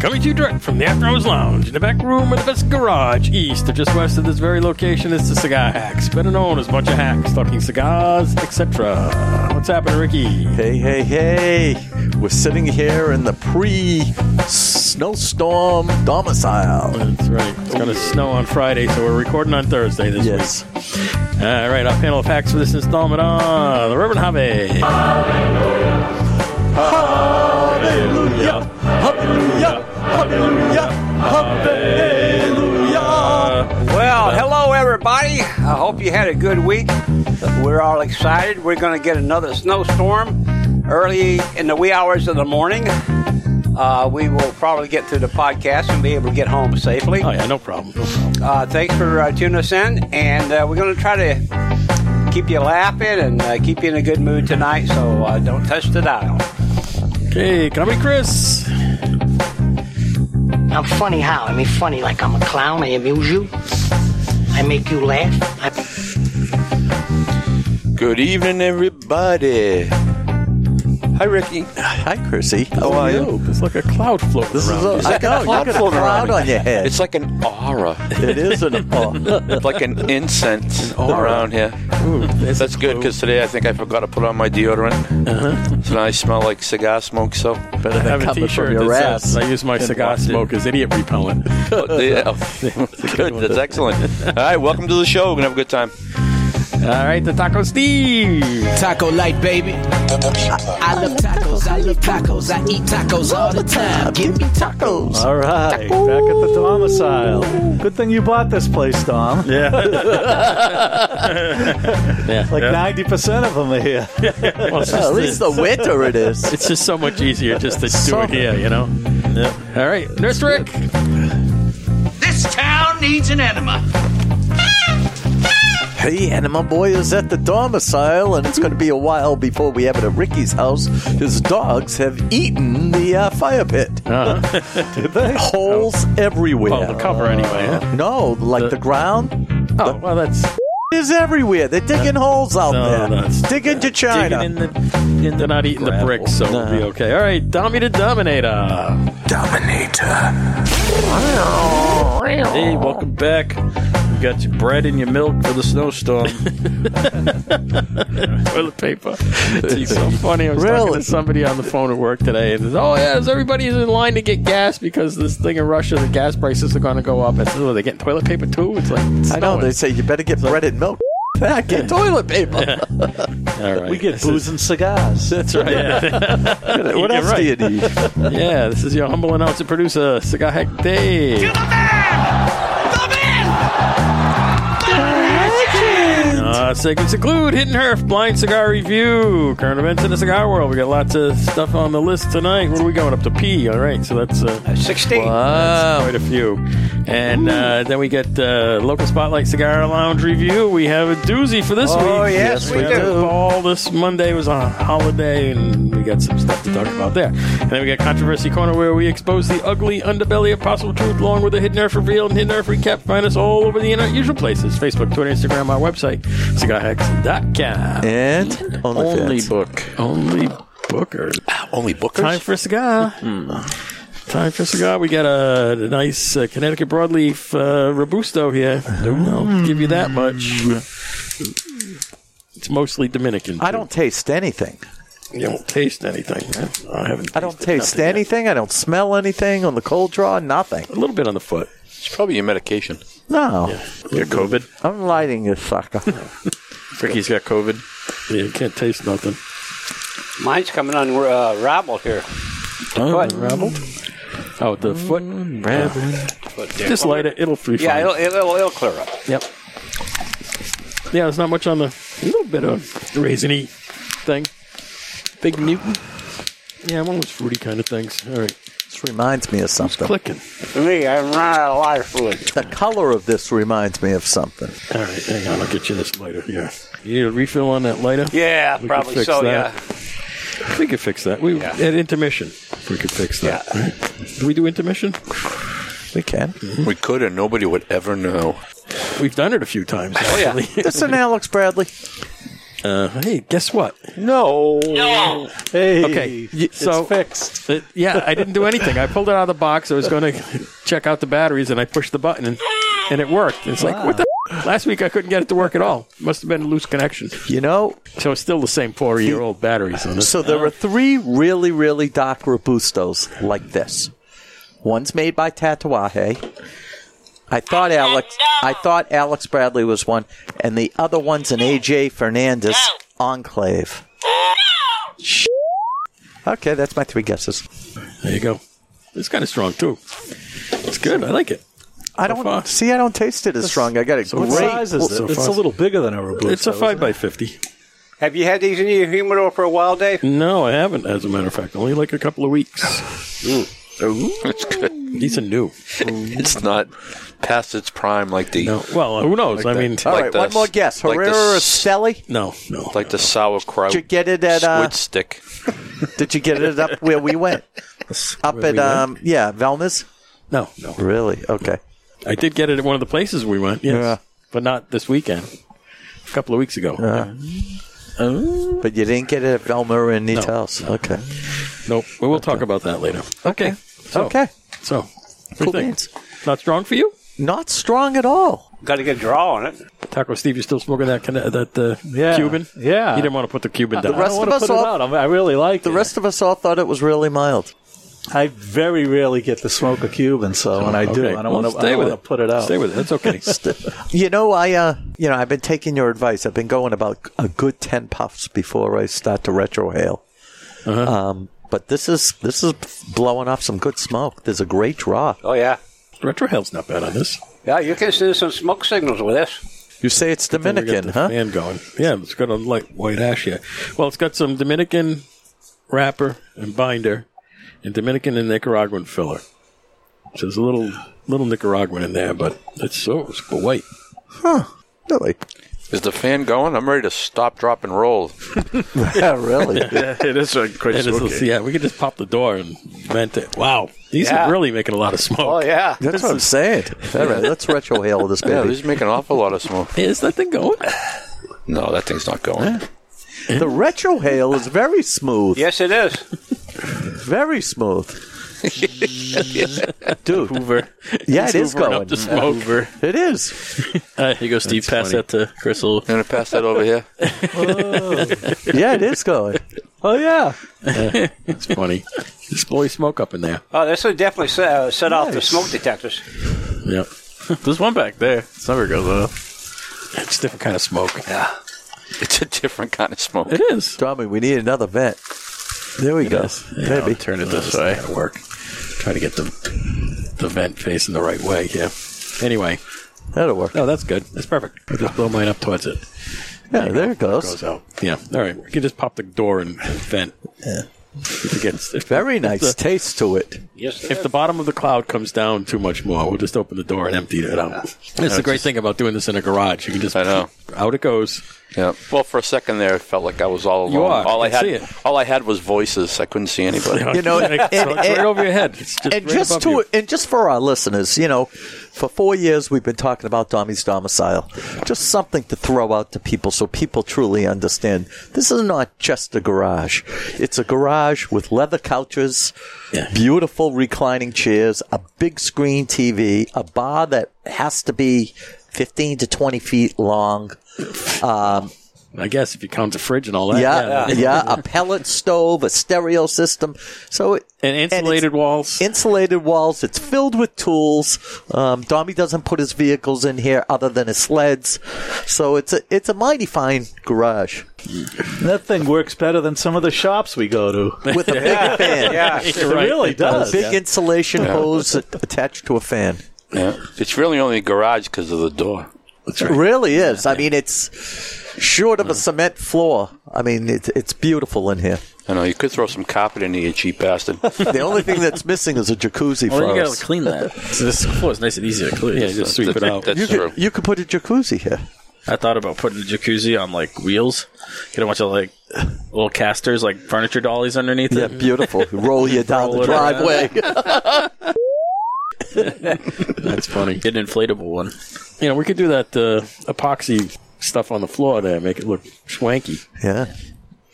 to you direct from the After Hours Lounge in the back room of the best garage east or just west of this very location. It's the Cigar Hacks, better known as a bunch of hacks talking cigars, etc. What's happening, Ricky? Hey, hey, hey. We're sitting here in the pre snowstorm domicile. That's right. It's going to snow on Friday, so we're recording on Thursday this Yes. week. All right, our panel of hacks for this installment are the Reverend Javi, Hallelujah. Hallelujah. Hallelujah. Hallelujah. Well, hello everybody. I hope you had a good week. We're all excited. We're going to get another snowstorm early in the wee hours of the morning. Uh, we will probably get through the podcast and be able to get home safely. Oh, yeah, no problem. No problem. Uh, thanks for uh, tuning us in, and uh, we're going to try to keep you laughing and uh, keep you in a good mood tonight. So uh, don't touch the dial. Okay, Comedy Chris. I'm funny how? I mean, funny like I'm a clown. I amuse you. I make you laugh. I, Good evening, everybody. Hi, Ricky. Hi, Chrissy. How are you? There's like a cloud floating This around. is a, Is that- I know, you got a cloud on your head. It's like an aura, it is an oh, like an incense around here. that's That's good because today I think I forgot to put on my deodorant. Uh-huh. So now I smell like cigar smoke. So better I than have a coming T-shirt from your that says, ass. "I use my and cigar watching. smoke as idiot repellent." Oh, yeah. Oh, good, that's excellent. All right, welcome to the show. We're gonna have a good time. All right, the Taco Steve. Taco light, baby. I love tacos. I love tacos. I eat tacos all the time. Give me tacos. All right, back at the domicile. Good thing you bought this place, Dom. Yeah. yeah. Like ninety percent of them are here. Well, it's, At just, least the winter it is. it's just so much easier just to do it Something. here, you know. All right, Nurse Rick. This town needs an enema. Hey, and my boy is at the domicile, and it's going to be a while before we have it at Ricky's house. His dogs have eaten the uh, fire pit. Uh, Holes everywhere. well, the cover anyway. Huh? No, like The- the, ground Oh, well, that's is everywhere. They're digging holes out no, there. no, it's- digging to China. Uh, digging in the. In they're not eating the gravel. bricks, so No. we'll be okay. All right, Dommy to Dominator. Dominator. Hey, welcome back. You got your bread and your milk for the snowstorm. toilet paper. It's so funny. I was talking Really? to somebody on the phone at work today, and it's, oh yeah, is everybody's in line to get gas because this thing in Russia, the gas prices are going to go up. I said, oh, they're getting toilet paper too. It's like it's I know. They say you better get bread and milk. Get toilet paper. All right. We get booze and cigars. That's right. Yeah. what else right. do you need? yeah, this is your humble announcer producer, Cigar Hack Dave. The man! The man! Uh, segments include Hidden Herf, Blind Cigar Review, current events in the cigar world. We got lots of stuff on the list tonight. What are we going up to? P. All right, so that's uh, Sixteen. Wow, quite a few. And uh, then we get uh, local spotlight cigar lounge review. We have a doozy for this week. Oh, yes, Yes, we we do. do. All this Monday was on holiday, and we got some stuff to talk about there. And then we got controversy corner where we expose the ugly underbelly of possible truth, along with a hidden earth reveal and hidden earth recap. Find us all over the internet, usual places: Facebook, Twitter, Instagram, our website, cigarhacks.com. And Only OnlyFans. book. Only Hmm. Booker. Only bookers. Time for a cigar. Time for a cigar. We got a, a nice uh, Connecticut broadleaf uh, robusto here. I'll give you that much. It's mostly Dominican. I too. don't taste anything. You don't taste anything. man. I haven't. I don't tasted taste nothing yet. anything. I don't smell anything on the cold draw. Nothing. A little bit on the foot. It's probably your medication. No. You got COVID. I'm lighting this sucker. Ricky's got COVID. Yeah, you can't taste nothing. Mine's coming on uh, rabble here. What? Oh, the foot. Just light it. It'll free. Yeah, fine. it'll, it'll, it'll clear up. Yep. Yeah, there's not much on the. A little bit of raisiny thing. Big Newton. Yeah, I'm one of those fruity kind of things. All right. this reminds me of something. Clicking. For me, I'm running out of life fluid. The color of this reminds me of something. All right, hang on. I'll get you this lighter. Yeah. You need a refill on that lighter? Yeah, could probably fix so. that. Yeah. We could fix that. We At intermission, if we could fix that. Do we do intermission? We can. We could, and nobody would ever know. We've done it a few times. Oh yeah. This is an Alex Bradley. Uh, hey, guess what? No. Hey. Okay, y- It's so- fixed. It- yeah, I didn't do anything. I pulled it out of the box. I was going to check out the batteries, and I pushed the button, and, and it worked. It's like what the. Last week I couldn't get it to work at all. Must have been a loose connection. You know, So it's still the same four-year-old batteries on this. So there are three really, really dark Robustos like this. One's made by Tatuaje. I thought Alex. I thought Alex Bradley was one, and the other one's an AJ Fernandez Enclave. Sh- Okay, that's my three guesses. There you go. It's kind of strong too. It's good. I like it. I far. don't see. I don't taste it as strong. I got a What great. size is it? so it's far. a little bigger than a Robusto. It's a isn't it? five by fifty. Have you had these in your humidor for a while, Dave? No, I haven't. As a matter of fact, only like a couple of weeks. It's good. These are new. It's not past its prime like the No, well, who knows? I mean, All like right, one this. more guess. Like Oh, Herrera or this. Stelly? no, no. like the sauerkraut. Did you get it at? Uh, squid stick. did you get it up where we went? Up at we um, yeah, Velma's. no, no. Really? Okay. I did get it at one of the places we went. Yes, Yeah. but not this weekend. A couple of weeks ago. Oh. But you didn't get it at Velma or any No. else. Okay. Nope. Well, we'll talk about that later. Okay. So, Okay. So, what do you Cool think? beans. Not strong for you? Not strong at all. Got to get a draw on it. Taco Steve, you still smoking that Cana- that uh, Yeah. Cuban? Yeah. You didn't want to put the Cuban down. I don't rest want of to us put it all- out. I'm- I really like The rest of us all thought it was really mild. I very rarely get to smoke a Cuban, so Oh, when I do, Okay. I Well, don't want to. stay I with want to it. put it out. Stay with it. That's okay. You know, I uh, you know, I've been taking your advice. I've been going about a good ten puffs before I start to retrohale. Um, but this is this is blowing off some good smoke. There's a great draw. Oh yeah, Retrohell's not bad on this. yeah. You can send some smoke signals with this. You say it's We got Dominican, the huh? Fan going. Yeah, it's got a light white ash here. Well, it's got some Dominican wrapper and binder, and Dominican and Nicaraguan filler. So there's a little little Nicaraguan in there, but it's so it's white. Really? Is the fan going? I'm ready to stop, drop, and roll. Yeah, really. it is a great And it's- smoke. yeah, we could just pop the door and vent it. Wow, these Yeah. are really making a lot of smoke. Oh yeah. That's what I'm saying. All right, let's retrohale this Yeah, baby. these make an awful lot of smoke. Hey, is that thing going? No, that thing's not going. The retrohale is very smooth. Yes, it is. Very smooth. Dude. Hoover. Yeah, it is Hoovering going. up the smoke. It is. Here you go, Steve. Pass that to Crystal. I'm gonna pass that over here. Yeah, it is going. oh yeah, It's funny. Just blow your smoke up in there. Oh, this would definitely set, uh, set off the smoke detectors. Yep. There's one back there. It's never goes off. It's a different kind of smoke. It's a different kind of smoke. It is. Tommy, we need another vent. There we go. Maybe Maybe. turn it this way. Gotta work. Try to get the the vent facing the right way. Yeah. Anyway, That'll work. no, that's good. That's perfect. I'll just blow mine up towards it. Yeah, there it Goes goes. out. Yeah. All right. We can just pop the door and vent. Yeah. If it gets if, Very nice taste to it. if the bottom of the cloud comes down too much more, we'll just open the door and empty it out. That's the great thing about doing this in a garage. You can just I know. out it goes. Yeah. Well, for a second there, it felt like I was all alone. You are. All I I can had, see it. all I had was voices. I couldn't see anybody. You know, and- it's right and- over your head. It's just and right just above to you. and just for our listeners, you know, for four years we've been talking about Tommy's domicile. Just something to throw out to people so people truly understand. This is not just a garage. It's a garage with leather couches, Yeah. beautiful reclining chairs, a big screen TV, a bar that has to be fifteen to twenty feet long. I guess if you count the fridge and all that. yeah, yeah, a pellet stove, a stereo system. So it, And it's- insulated walls. insulated walls. It's filled with tools. Um, Dommy doesn't put his vehicles in here other than his sleds, so it's a it's a mighty fine garage that thing works better than some of the shops we go to. with a big fan, Yeah. It really a does. big insulation hose attached to a fan. Yeah. It's really only a garage because of the door. It really is. I mean, it's short of a cement floor. I mean, it, it's beautiful in here. I know you could throw some carpet in here, you cheap bastard. The only thing that's missing is a jacuzzi Well, for you gotta us. clean that. So this floor is nice and easy to clean. Yeah, you just sweep it out. That's You true. could, you could put a jacuzzi here. I thought about putting a jacuzzi on like wheels. Get a bunch of like little casters, like furniture dollies underneath Yeah, it. beautiful. Roll you down Roll the it around. driveway. That's funny. Get an inflatable one. You know, we could do that uh, epoxy stuff on the floor there, make it look swanky. Yeah.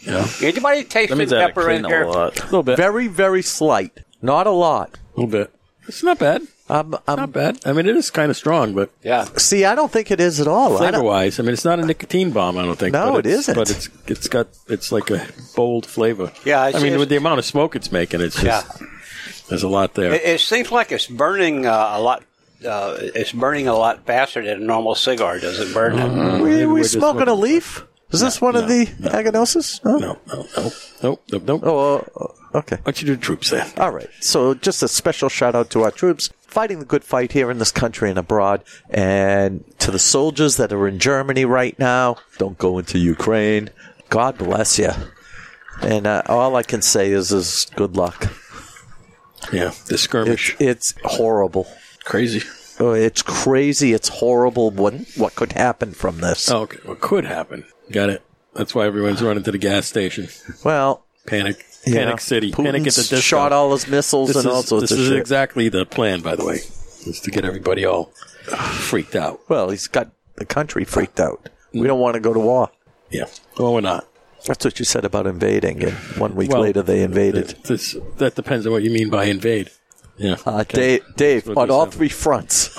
Anybody That tasting means I had to pepper in clean here? a lot. A little bit. A Very, very slight. Not a lot. little bit. It's not bad. Um, Not um, bad. I mean, it is kind of strong, but Yeah. see, I don't think it is at all. I flavor don't- wise, I mean, it's not a nicotine bomb. I don't think. No, but it it's- isn't. But it's it's got it's like a bold flavor. Yeah, I it's- mean, it's- with the amount of smoke it's making, it's just there's a lot there. It, it seems like it's burning uh, a lot. Uh, it's burning a lot faster than a normal cigar does. It burn it. we, we we're just smoking a smoking- leaf? Is this one of no, the agonoses? No. no, no, no, no, no, no. Why Oh, uh, okay. don't you do the troops there? All right. So, just a special shout out to our troops fighting the good fight here in this country and abroad, and to the soldiers that are in Germany right now. Don't go into Ukraine. God bless you. And uh, all I can say is, is good luck. Yeah, the skirmish. It's, it's horrible. Crazy. Oh, it's crazy. It's horrible. What what could happen from this? Oh, okay. What could happen? Got it. That's why everyone's running to the gas station. Well, Panic. you Panic know, City. Putin's Panic at the disco. shot all his missiles this and all is, sorts this of is shit. exactly the plan, by the way, is to get everybody all freaked out. well, he's got the country freaked out. We don't want to go to war. Yeah. Well, we're not. That's what you said about invading, and one week Well, later they invaded. This, that depends on what you mean by invade. Yeah. Uh, Dave, Dave what on they all said. three fronts.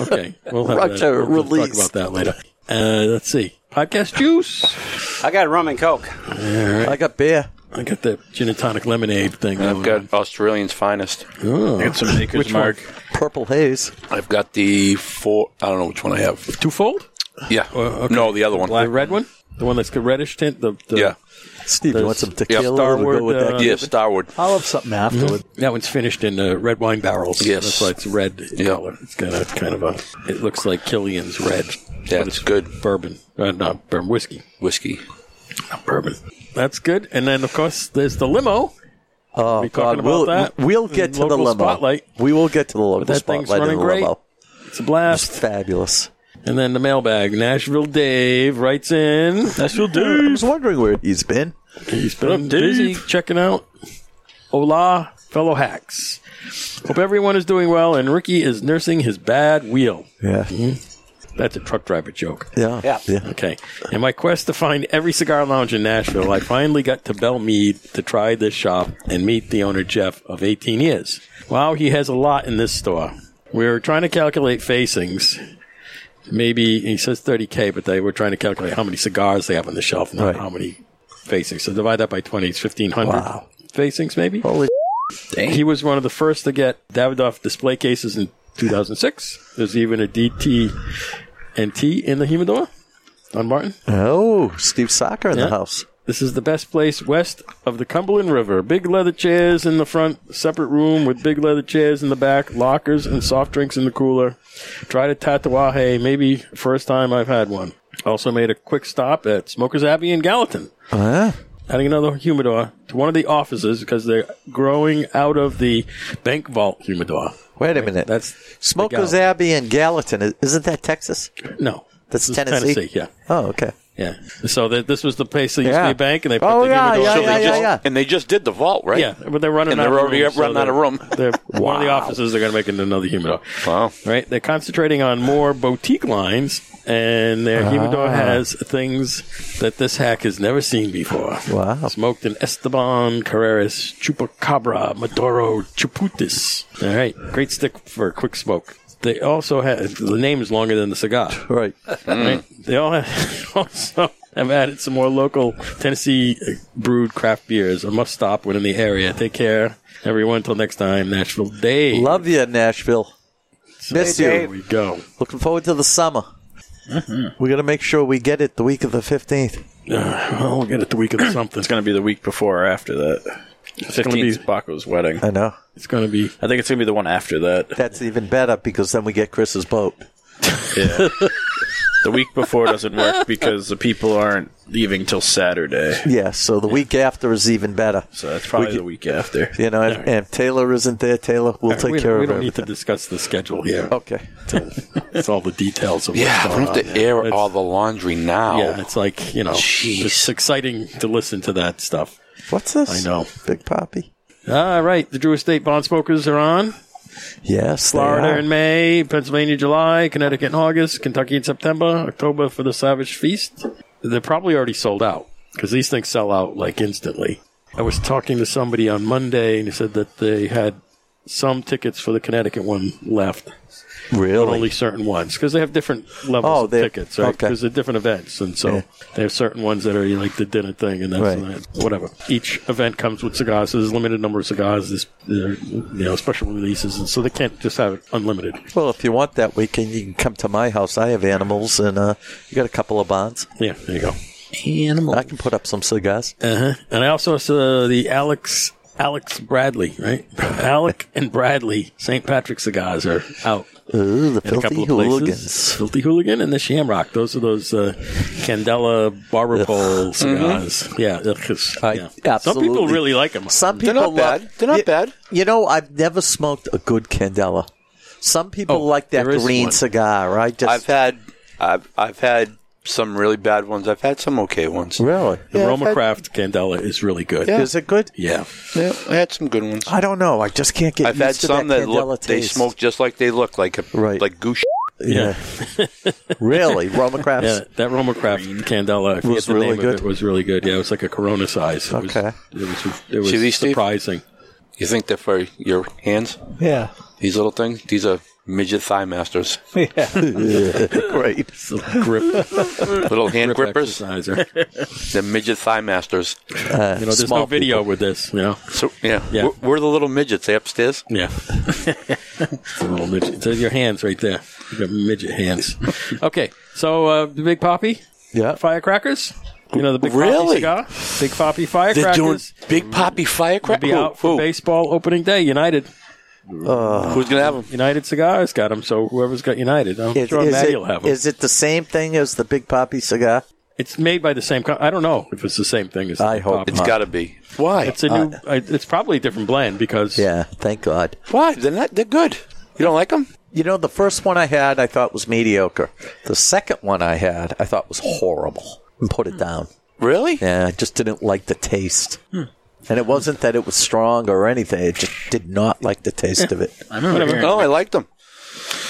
Okay, we'll have Roger, that. We'll release. talk about that later. Uh, let's see. Podcast juice. I got rum and coke. I got beer. I got the gin and tonic lemonade thing. I've got Australian's finest. Get some Maker's Mark. Purple haze. I've got the four. I don't know which one I have. twofold. Yeah. No, the other one. The red one, the one that's got reddish tint. The, the Yeah. Steve, you want some tequila? Starward, We'll go with that. uh, Yeah, Starwood. I'll have something Mm-hmm. afterward. that one's finished in uh, red wine barrels. Yes. that's why it's red in Yeah. color. It's got a kind of a. It looks like Killian's red. Yeah, but it's good. bourbon, uh, not bourbon whiskey, Whiskey. not bourbon. That's good. And then of course there's the limo. Oh, we God, talking about we'll, that? we'll get And to the local limo. spotlight. We will get to the local That thing's spotlight in the running great. limo. It's a blast. Fabulous. And then the mailbag. Nashville Dave writes in. Nashville I dudes. was wondering where he's been. He's been busy checking out. Hola, fellow hacks. Hope everyone is doing well and Ricky is nursing his bad wheel. Yeah. That's a truck driver joke. Mm-hmm. Yeah. Yeah. Okay. In my quest to find every cigar lounge in Nashville, I finally got to Bell Mead to try this shop and meet the owner, Jeff, of 18 years. Wow, he has a lot in this store. We were trying to calculate facings. Maybe he says 30K, but they were trying to calculate how many cigars they have on the shelf, not Right. how many facings. So divide that by 20, it's 1,500 Wow. facings, maybe? Holy He was one of the first to get Davidoff display cases in 2006. There's even a DT and T in the humidor on Martin. Oh, Steve Soccer in the Yeah. house. This is the best place west of the Cumberland River. Big leather chairs in the front, separate room with big leather chairs in the back, lockers and soft drinks in the cooler. Tried a tatawahe, maybe first time I've had one. Also made a quick stop at Smokers Abbey in Gallatin. Huh? Adding another humidor to one of the offices because they're growing out of the bank vault humidor. Wait a minute. That's Smokers the Gallatin. Abbey and Gallatin. I- Isn't that Texas? No, That's This is Tennessee? Yeah, Oh, okay. yeah. So th- this was the place they used Yeah. to be a bank, and they put Oh, the yeah, humidor. yeah, in So the they vault. just- yeah. And they just did the vault, right? Yeah, but they're running And out they're of already room, running out of room. They're one of the offices. They're going to make into another humidor. Wow. Right? They're concentrating on more boutique lines, and Ah. their humidor has things that this hack has never seen before. Wow. Smoked an Esteban Carreras Chupacabra Maduro Chuputis. All right, great stick for a quick smoke. They also have the name is longer than the cigar. Right. Right? They all have, also have added some more local Tennessee brewed craft beers. A must stop when in the area. Take care, everyone. Until next time, Nashville Day. Love you, Nashville. Miss Hey, you. Here Dave. we go. Looking forward to the summer. We got to make sure we get it the week of the 15th. Uh, well, we'll get it the week of something. It's going to be the week before or after that. gonna be- 15th is Baco's wedding. I know. It's going to be. I think it's going to be the one after that. That's even better because then we get Chris's boat. Yeah. the week before doesn't work because the people aren't leaving till Saturday. Yeah, so the week after is even better. So that's probably the week after. You know, and, and Taylor isn't there. Taylor, we'll take we care we of don't need to everything. discuss the schedule here. Okay. It's all the details of what's Yeah, I going don't on. have to air It's- all the laundry now. Yeah, it's like you know, Jeez. it's exciting to listen to that stuff. What's this? I know. Big Poppy. All right, the Drew Estate Bond Smokers are on. Yes, they Florida are. in May, Pennsylvania July, Connecticut in August, Kentucky in September, October for the Savage Feast. They're probably already sold out because these things sell out like instantly. I was talking to somebody on Monday and he said that they had some tickets for the Connecticut one left, but really. only certain ones because they have different levels Oh, of they're- tickets, right? okay. Because they're different events, and so Yeah. they have certain ones that are you know, like the dinner thing and that's Right. and that, whatever. Each event comes with cigars, so there's a limited number of cigars. There's there are, you know special releases, and so they can't just have it unlimited. Well, if you want that weekend, you can come to my house. I have animals, and uh, you got a couple of bonds. Yeah, there you go. I can put up some cigars. Uh-huh. And I also saw the Alex Alex Bradley, right? Alec and Bradley St. Patrick cigars are out Ooh, the in a filthy couple of places. hooligans. Filthy Hooligan and the Shamrock. Those are those uh, Candela barber pole cigars. Yeah, ugh, 'cause, Mm-hmm. I- yeah. Some people absolutely. really like them. Some They're people not love- bad. They're not you, bad. You know, I've never smoked a good Candela. Some people Oh, like that there is green one. cigar. I just I've had I've I've had some really bad ones. I've had some okay ones. really. The Yeah, Roma I've- Craft Candela is really good. Yeah. Is it good? Yeah. Yeah, I had some good ones. I don't know. I just can't get I've used had to some that, that, Candela look they taste. smoke just like they look like a, Right. like goose. Yeah, really. Roma crafts. Yeah, that Roma Craft Candela I forget Was the really name of good. It was really good. Yeah, it was like a Corona size. It Okay. Was, it was, it was See these, Steve? surprising. You think they're for your hands? Yeah. These little things? These are midget thigh masters. Great. Grip, little hand grip grippers. exerciser. They're midget thigh masters. You know, there's Small no video with this. You know? So yeah, Yeah. We're, we're the little midgets. They upstairs. Yeah. it's a little midget. It's your hands right there. You got midget hands. Okay. So, uh, the Big Poppy Yeah. firecrackers. You know, the Big Really? Poppy cigar. Big Poppy firecrackers. big poppy will firecracker. be out for baseball opening day. United. Who's gonna have them? United Cigars got them. So, whoever's got United, I'm Is, sure is Maddie it- will have them. is it the same thing as the Big Poppy cigar? it's made by the same co- I don't know if it's the same thing as I the hope Poppy. It's got to be. Why? It's a new. I it's probably a different blend because Yeah, thank God. Why? They're not. They're good. You don't like them? You know, the first one I had, I thought was mediocre. The second one I had, I thought was horrible and put Hmm. it down. Really? Yeah, I just didn't like the taste. Hmm. And it wasn't that it was strong or anything. I just did not like the taste of it. I remember, hearing, No, Oh, I liked them.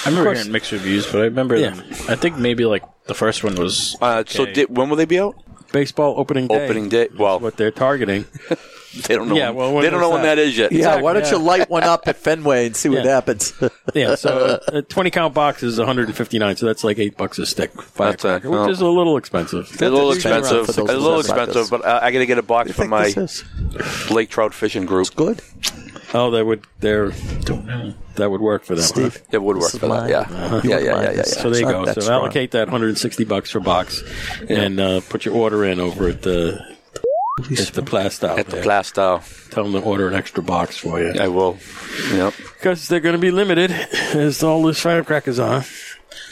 I remember hearing mixed reviews, but I remember Yeah. them. I think maybe like the first one was Uh, So Okay. di- when will they be out? baseball opening day. Opening day. Well, What they're targeting. they don't know. Yeah, when, well, when they don't was know when that? that is yet. Yeah, why don't yeah. you light one up at Fenway and see what Yeah. happens? Yeah, so a 20 count box is 159, so that's like eight bucks a stick. Firecracker, well. which is a little expensive. They're a little That's a turnaround expensive. for those A little businesses. expensive, but uh, I got to get a box for think my this is lake trout fishing group. good. Oh, that would they're that would work for them. huh? Steve, It would work This is for that. mine. Yeah. Uh-huh. yeah, You yeah, would yeah, buy yeah, this. yeah. So there you It's go. not So that strong. allocate that 160 bucks for box, and uh, put your order in over at the at the Plastow. At the there. Plastow. Tell them to order an extra box for you I will. Yep. because they're going to be limited as all this firecrackers are.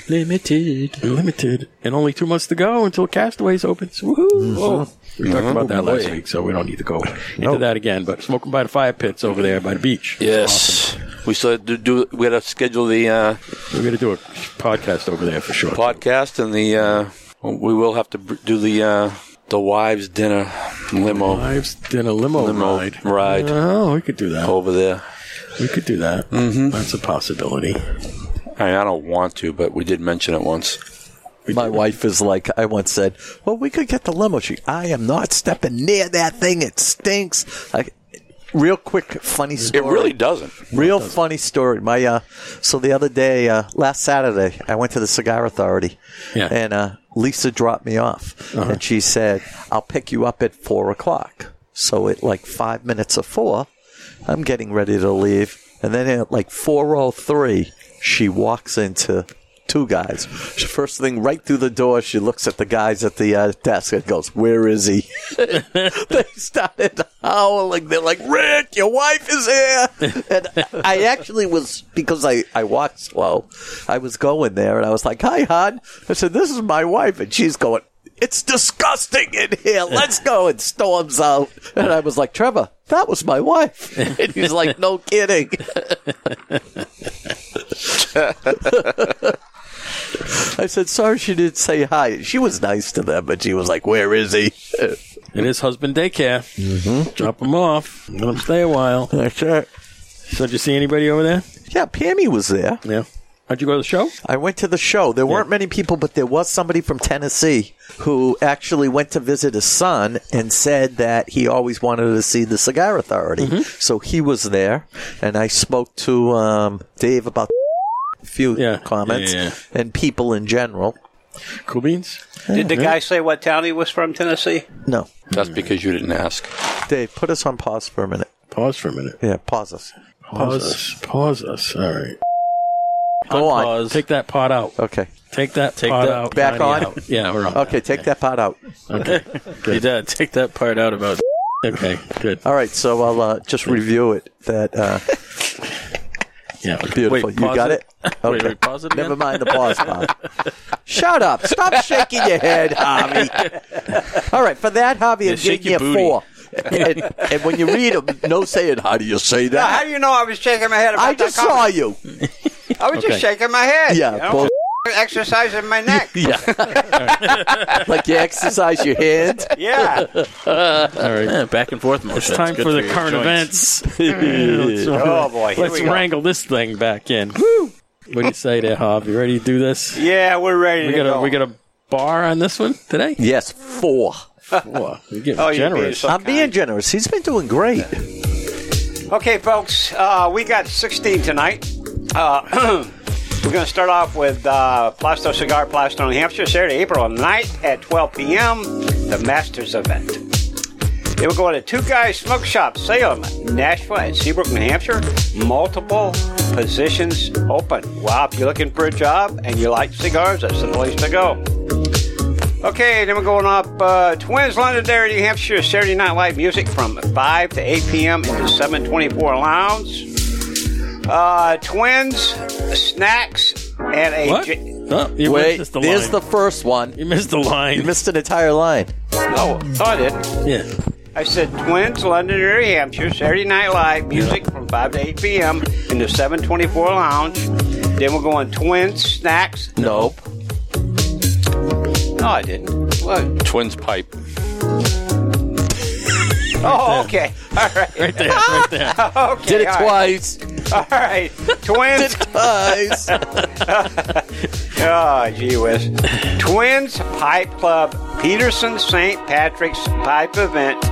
Limited, limited, and only two months to go until Castaways opens. Woohoo! Whoa. We talked about that last week, so we don't need to go into that again. But smoking by the fire pits over there by the beach. Yes. We still had to do. We got to schedule the uh, We're going to do a podcast over there for sure. podcast and the. Uh, we will have to br- do the uh, the wives dinner limo Lives in a limo, Limo ride. ride. Oh, we could do that. over there. We could do that. Mm-hmm. That's a possibility. I, mean, I don't want to, but we did mention it once. My wife is like, I once said, well, we could get the limo. She, I am not stepping near that thing. It stinks. I, real quick, funny It story. really doesn't. Real funny story. My uh, so the other day, uh, last Saturday, I went to the Cigar Authority, Yeah. and uh, Lisa dropped me off, and she said, "I'll pick you up at four o'clock." So at like five minutes of four, I'm getting ready to leave, and then at like four o three, she walks into two guys. She- First thing, right through the door, she looks at the guys at the uh, desk and goes, "Where is he?" they started howling. They're like, Rick, your wife is here. And I actually was, because I, I walk slow, I was going there and I was like, hi, hon. I said, this is my wife. And she's going, it's disgusting in here. Let's go. And storms out. And I was like, Trevor, that was my wife. And he's like, no kidding. I said, sorry she didn't say hi. She was nice to them, but she was like, where is he? It is husband daycare. Drop them off. Let them stay a while. That's it. So, did you see anybody over there? Yeah, Pammy was there. Yeah. How'd you go to the show? I went to the show. There weren't many people, but there was somebody from Tennessee who actually went to visit his son and said that he always wanted to see the Cigar Authority. Mm-hmm. So he was there, and I spoke to um, Dave about a few Yeah. comments Yeah, yeah, and people in general. Cool beans. Did the guy say what town he was from, Tennessee? No, That's because you didn't ask. Dave, put us on pause for a minute. Pause for a minute. Yeah, pause us. Pause us. Pause us. All right. Go on. Pause. Take that pot out. Okay. Take that Take pot that out. back Johnny on? out. Yeah, we're on. Okay, take that part out. You did. Take that part out about. Okay, good. All right, so I'll uh, just review it. That uh, Yeah. beautiful. Wait, you pause got it? it. Wait, wait, pause it. Never again? mind the pause part. Shut up. Stop shaking your head, Harvey. All right, for that, Harvey, I'm shake giving you your a booty. four. and, and when you read them, no saying, how do you say Now, how that? do you know I was shaking my head? About I just that comment? saw you. I was Okay. just shaking my head. Yeah, you know, bull- exercising my neck. Yeah. like you exercise your hand. yeah. All right. Yeah, back and forth motion. It's time good for the your current joints. events. Let's- Oh boy. Here Let's we go. wrangle this thing back in. Woo! What do you say there, Hob? You ready to do this? Yeah, we're ready We to got a go. we got a bar on this one today. Yes, four. Wow, you're getting Oh, you're being generous. so I'm kind. being generous. He's been doing great. Okay, folks, uh, we got 16 tonight. Uh, we're going to start off with uh, Plasto Cigar, Plasto, New Hampshire, Saturday, April 9th at 12 p.m., the Masters event. They will go to Two Guys Smoke Shop, Salem, Nashville, and Seabrook, New Hampshire. Multiple positions open. Wow, if you're looking for a job and you like cigars, that's the place to go. Okay, then we're going up uh, Twins Londonderry, New Hampshire, Saturday Night Live music from 5 to 8 p.m. in the 724 Lounge. Uh, twins, snacks, and a. What? j- Oh, you Wait, missed the there's line. the first one. you missed the line. You missed an entire line. oh, oh, I did. yeah. I said Twins Londonderry, New Hampshire, Saturday Night Live music from 5 to 8 p.m. in the 724 Lounge. Then we're going Twins, snacks. Nope. No, I didn't. What? Twins pipe. Oh, okay. All right. Right there, right there. Okay. Did it all right. twice. All right. Twins. Twice. Oh, gee whiz. Twins Pipe Club, Peterson St. Patrick's Pipe Event,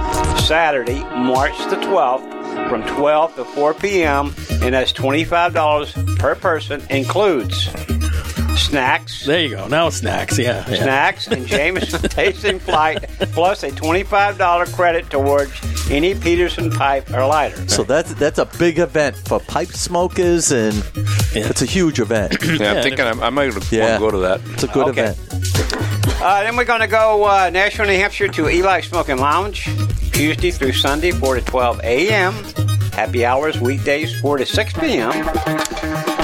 Saturday, March the 12th, from 12 to 4 p.m., and that's $25 per person, includes snacks. There you go. Now snacks. Yeah. yeah. Snacks and Jameson tasting flight, plus a $25 credit towards any Peterson pipe or lighter. So that's that's a big event for pipe smokers, and it's a huge event. Yeah, I'm thinking I, I might Yeah. want to go to that. It's a good Okay. event. Uh, then we're going to go uh, Nashville, New Hampshire to Eli Smoking Lounge, Tuesday through Sunday, 4 to 12 a.m. Happy hours, weekdays, 4 to 6 p.m.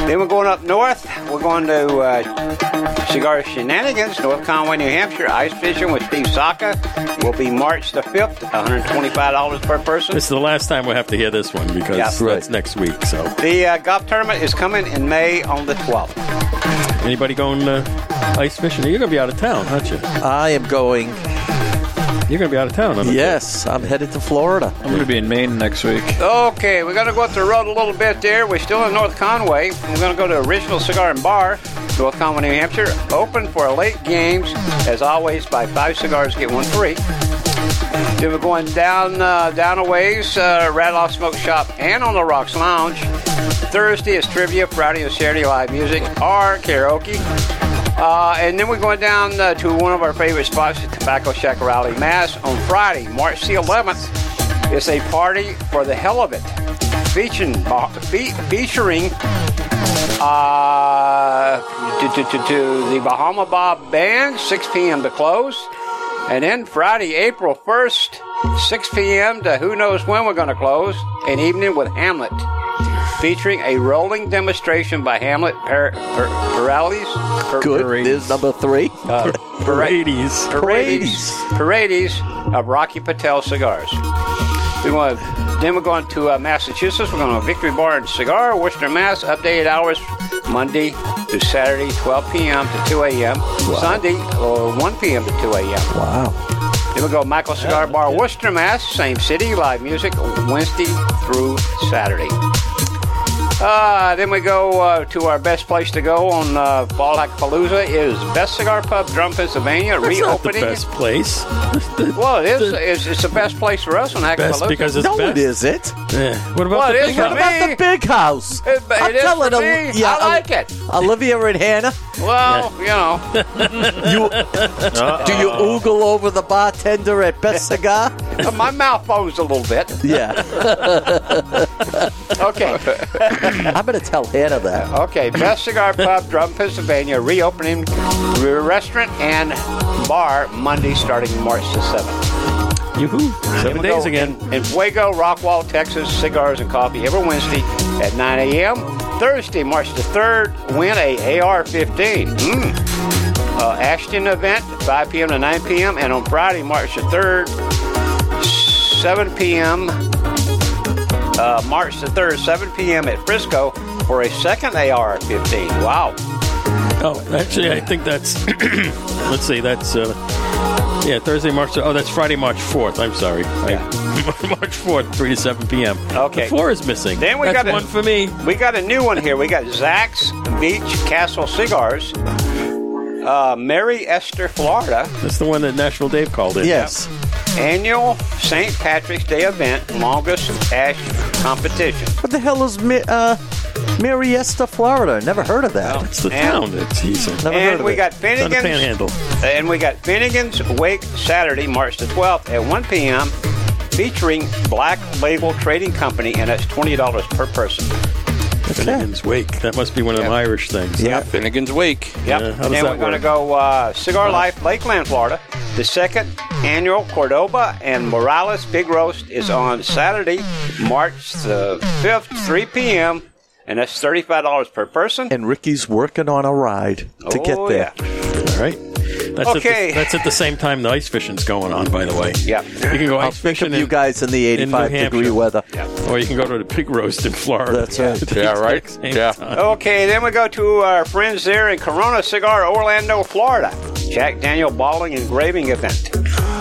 Then we're going up north. We're going to uh, Cigar Shenanigans, North Conway, New Hampshire, ice fishing with Steve Saka. Will be March the 5th, $125 per person. This is the last time we'll have to hear this one because Yeah. that's Right. next week. So, The uh, golf tournament is coming in May on the 12th. anybody going uh, ice fishing? You're going to be out of town, aren't you? I am going. You're going to be out of town. On the- Yes, I'm headed to Florida. I'm going to be in Maine next week. Okay, we're going to go up the road a little bit there. We're still in North Conway. We're going to go to Original Cigar and Bar, North Conway, New Hampshire. Open for late games, as always, buy five cigars, get one free. Then we're going down, uh, down a ways, uh, Rattloff Smoke Shop and on the Rocks Lounge. Thursday is trivia, Friday is Saturday live music or karaoke. Uh, and then we're going down uh, to one of our favorite spots, the Tobacco Shack Rally Mass on Friday, March the 11th. It's a party for the hell of it, featuring fe- featuring uh, to, to, to, to the Bahama Bob Band, 6 p.m. to close, and then Friday, April 1st, 6 p.m. to who knows when we're going to close, an evening with Hamlet, featuring a rolling demonstration by Hamlet per- per- Parades. Per- Good. There's number three. Uh, Parades. Parades. Parades of Rocky Patel cigars. We want. Then we're going to uh, Massachusetts. We're going to Victory Bar and Cigar, Worcester, Mass. Updated hours Monday through Saturday, 12 p.m. to 2 a.m. Sunday, uh, 1 p.m. to 2 a.m. Wow. Then we go Michael Cigar Bar, Worcester, Mass. Same city, live music Wednesday through Saturday. Uh, then we go uh, to our best place to go on uh, Ballhackpalooza is Best Cigar Pub, Drum, Pennsylvania, That's not the reopening. best place. Well, it is. It's, it's the best place for us on Best Hackapalooza. because it's no, best. it isn't. Yeah. What about Well, the it big is for house? me. About the big house. It- it I'm is telling for Oli- me. yeah, I like it. Olivia and Hannah, Well, you know, you do you Uh. oogle over the bartender at Best Cigar? my mouth phones a little bit. yeah, Okay, I'm gonna tell Hannah that. okay. Best Cigar Pub, Drum, Pennsylvania, reopening re- restaurant and bar Monday starting March the seventh. Yoo-hoo. Seven days again. in, in Fuego, Rockwall, Texas. Cigars and coffee every Wednesday at 9 a.m. Thursday, March the third. Win a AR-15. Mm. Uh, Ashton event, 5 p.m. to 9 p.m. And on Friday, March the third, 7 p.m. Uh, March the 3rd, 7 p.m. at Frisco for a second AR 15. Wow. Oh, actually, I think that's. let's see, that's. Uh, yeah, Thursday, March. Oh, that's Friday, March 4th. I'm sorry. Yeah. I- March 4th, 3 to 7 p.m. Okay. The 4 is missing. Then we that's got a- one for me. We got a new one here. We got Zach's Beach Castle Cigars, uh, Mary Esther, Florida, That's the one that Nashville Dave called in. Yes, annual St. Patrick's Day event, longest ash competition. what the hell is Mi- uh, Mariesta, Florida? Never heard of that. It's the And- town that's he's in. Never heard And of we it. got It's on the Finnegan's panhandle. And we got Finnegan's Wake Saturday, March the 12th at 1 p.m. featuring Black Label Trading Company, and that's $20 per person. Finnegan's Wake. That must be one of them Irish things. Yeah. Finnegan's Wake. Yep. Yeah, how does and that we're going to work? go uh, Cigar Life, Lakeland, Florida. The second annual Cordoba and Morales Big Roast is on Saturday, March the 5th, 3 p.m., and that's $35 per person. and Ricky's working on a ride to get Oh, there. yeah. All right. That's At Okay. the, that's at the same time the ice fishing's going on, by the way. Yeah. You can go I'll ice think fishing of you in- guys in the in New 85 degree Hampshire. weather. Or you can go to the pig roast in Florida. That's right. Yeah, right? Yeah. Okay, then we go to our friends there in Corona Cigar, Orlando, Florida. Jack Daniel Balling Engraving Event,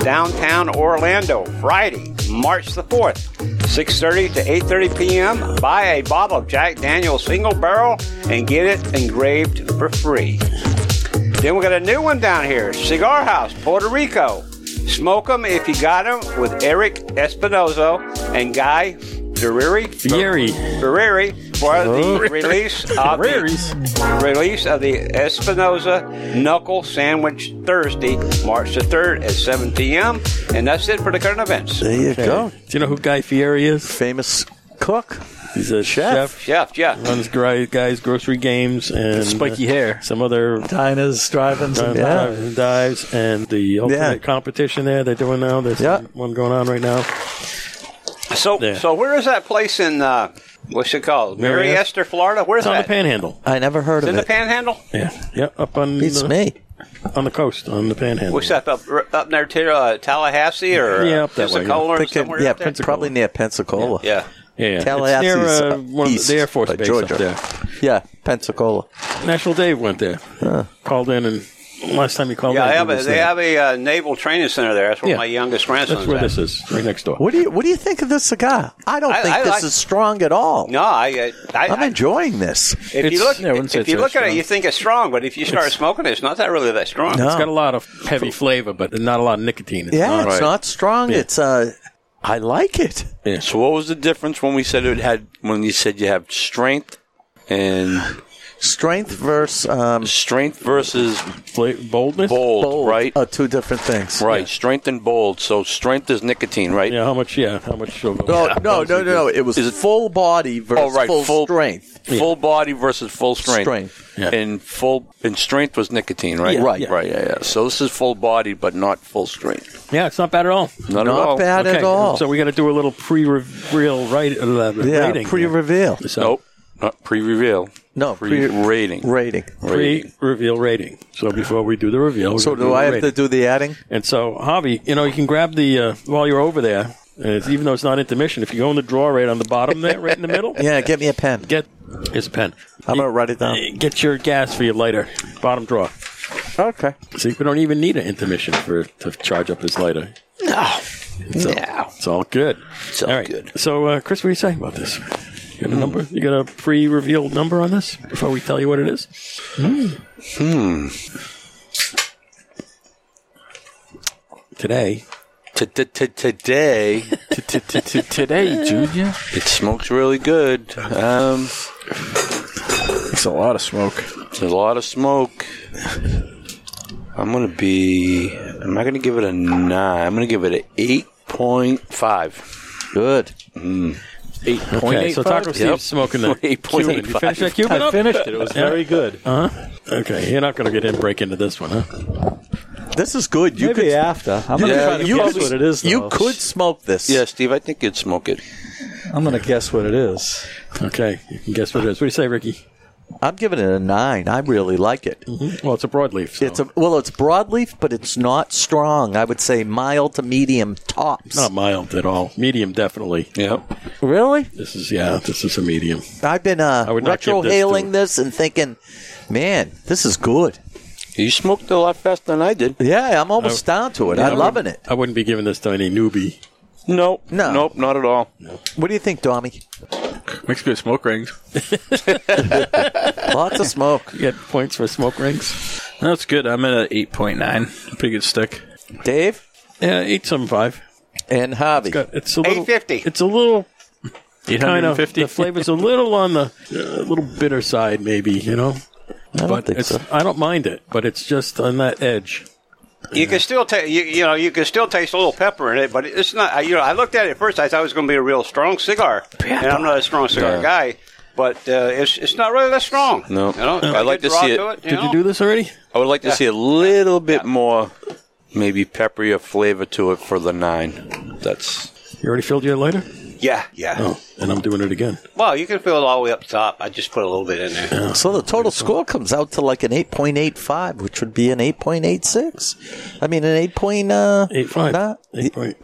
downtown Orlando, Friday, March the fourth, 6:30 to 8:30 p.m. Buy a bottle of Jack Daniel Single Barrel and get it engraved for free. Then we got a new one down here, Cigar House, Puerto Rico. Smoke 'em if you got 'em with Eric Espinozo and Guy Derriri. Yeri. Ferrari for the release of the, release of the Espinosa Knuckle Sandwich Thursday, March the 3rd at 7 p.m. And that's it for the current events. There you go. Do you know who Guy Fieri is? Famous cook. He's a chef. Chef, yeah. Runs gri- guys grocery games and Spiky hair. Some other Oh, Diners, drive-ins, and yeah. dives and the ultimate Yeah. competition there they're doing now. There's Yeah. one going on right now. So, Yeah. so where is that place in, uh, what's it called? Mary Marietta? Esther, Florida? Where's It's on the that? Panhandle. I never heard It's in of the it. Panhandle? Yeah, yeah, up on Beats the, me. on the coast on the Panhandle. What's that, up, up near to, uh, Tallahassee or uh, Yeah, up that way, Pensacola or Thinking- somewhere? yeah, up there? Pen- probably near Pensacola. Yeah. Yeah, yeah. Tallahassee's it's near uh, uh, one east, of the Air Force uh, base Georgia. up there. Yeah, Pensacola. National Dave went there. Called in, and last time he called in, Yeah, they he have, a, was they there. have a uh, naval training center there. That's where Yeah. my youngest grandson's That's where at. this is, right next door. What do you What do you think of this cigar? I don't I- think I this like- is strong at all. No, I, uh, I, I'm I, enjoying this. If It's- you look, yeah, I wouldn't say if it's you very look at it, strong. you think it's strong, but if you start It's- smoking it, it's not that really that strong. No. It's got a lot of heavy flavor, but not a lot of nicotine. It's Yeah, not- it's not strong. It's uh, I like it. So what was the difference when we said it had when you said you have strength and Strength versus um, strength versus Fla- boldness. bold, Uh, bold right? are two different things. right. Strength and bold. So strength is nicotine, right? Yeah, how much? Yeah, how much? Sugar? No, Yeah. no, no, no, no. It was Is it- full body versus Oh, right. full, Full- strength. Full body versus full strength. Strength. Yeah. And full and strength was nicotine, right? Yeah, Right. yeah. Right. Yeah, yeah. So this is full body, but not full strength. Yeah, it's not bad at all. Not, Not at all. bad at Okay, all. So we got to do a little pre-reveal right, uh, yeah, rating. pre-reveal. So, Nope. Not pre-reveal. No, pre- Pre-rating. Rating. Pre-reveal rating. So before we do the reveal, So do I have to do the adding? And so, Javi, you know, you can grab the uh, while you're over there. And it's, even though it's not intermission, if you go in the drawer right on the bottom there, right in the middle, Yeah, get me a pen. get here's a pen. I'm gonna write it down. Uh, Get your gas for your lighter, bottom drawer. Okay. See, we don't even need an intermission for to charge up his lighter. No, it's all, it's all good. It's all good. So, uh, Chris, what do you say about this? You got a number? You got a pre-revealed number on this before we tell you what it is? Hmm. Today, Today, Today, Junior. it smokes really good. Um, It's a lot of smoke. there's a lot of smoke. I'm gonna be. I'm not gonna give it a nine. I'm gonna give it an eight point five. Good. Eight point okay. eight. So Taco five? Steve's Yep. smoking the Eight point Cuban. eight You five. finished that Cuban I up? finished it. It was Yeah. Uh-huh. very good. Okay, you're not going to get him break into this one, huh? This is good. You Maybe could. after. I'm gonna Yeah, try to you guess could- what it is. You though. could smoke this. Yeah, Steve, I think you'd smoke it. I'm gonna guess what it is. Okay, you can guess what it is. What do you say, Ricky? I'm giving it a nine. I really like it. Well, it's a broadleaf. So. It's a well, it's broadleaf, but it's not strong. I would say mild to medium tops. not mild at all. Medium, definitely. Yep. really? This is yeah. This is a medium. I've been uh, I would not give this retrohaling to- this, and thinking, man, this is good. You smoked a lot faster than I did. Yeah, I'm almost down to it. I'm loving it. I wouldn't be giving this to any newbie. No, No. nope, not at all. What do you think, Dommy? Makes good smoke rings. Lots of smoke. You get points for smoke rings. That's good. I'm at an eight point nine. Pretty good stick. Dave Yeah, eight seven five. and Harvey. It's a little 850. It's a little Eight kind hundred and of fifty. the flavor's a little on the a little bitter side, maybe you know. I don't But think it's so. I don't mind it, but it's just on that edge. You can still taste, you, you know, you can still taste a little pepper in it, but it's not. I- You know, I looked at it first. I thought it was going to be a real strong cigar, and I'm not a strong cigar guy. But uh, it's it's not really that strong. No. you know, I'd if I like get to see raw it. it Did you do this already? I would like to see a little bit more, maybe peppery or flavor to it for the nine. That's You already filled your lighter? this? Yeah, yeah. Oh, and I'm doing it again. Well, you can fill it all the way up top. I just put a little bit in there. So the total score comes out to like an 8.85, which would be an 8.86. I mean, an 8. Point, uh, 8.5. nah, 8.9.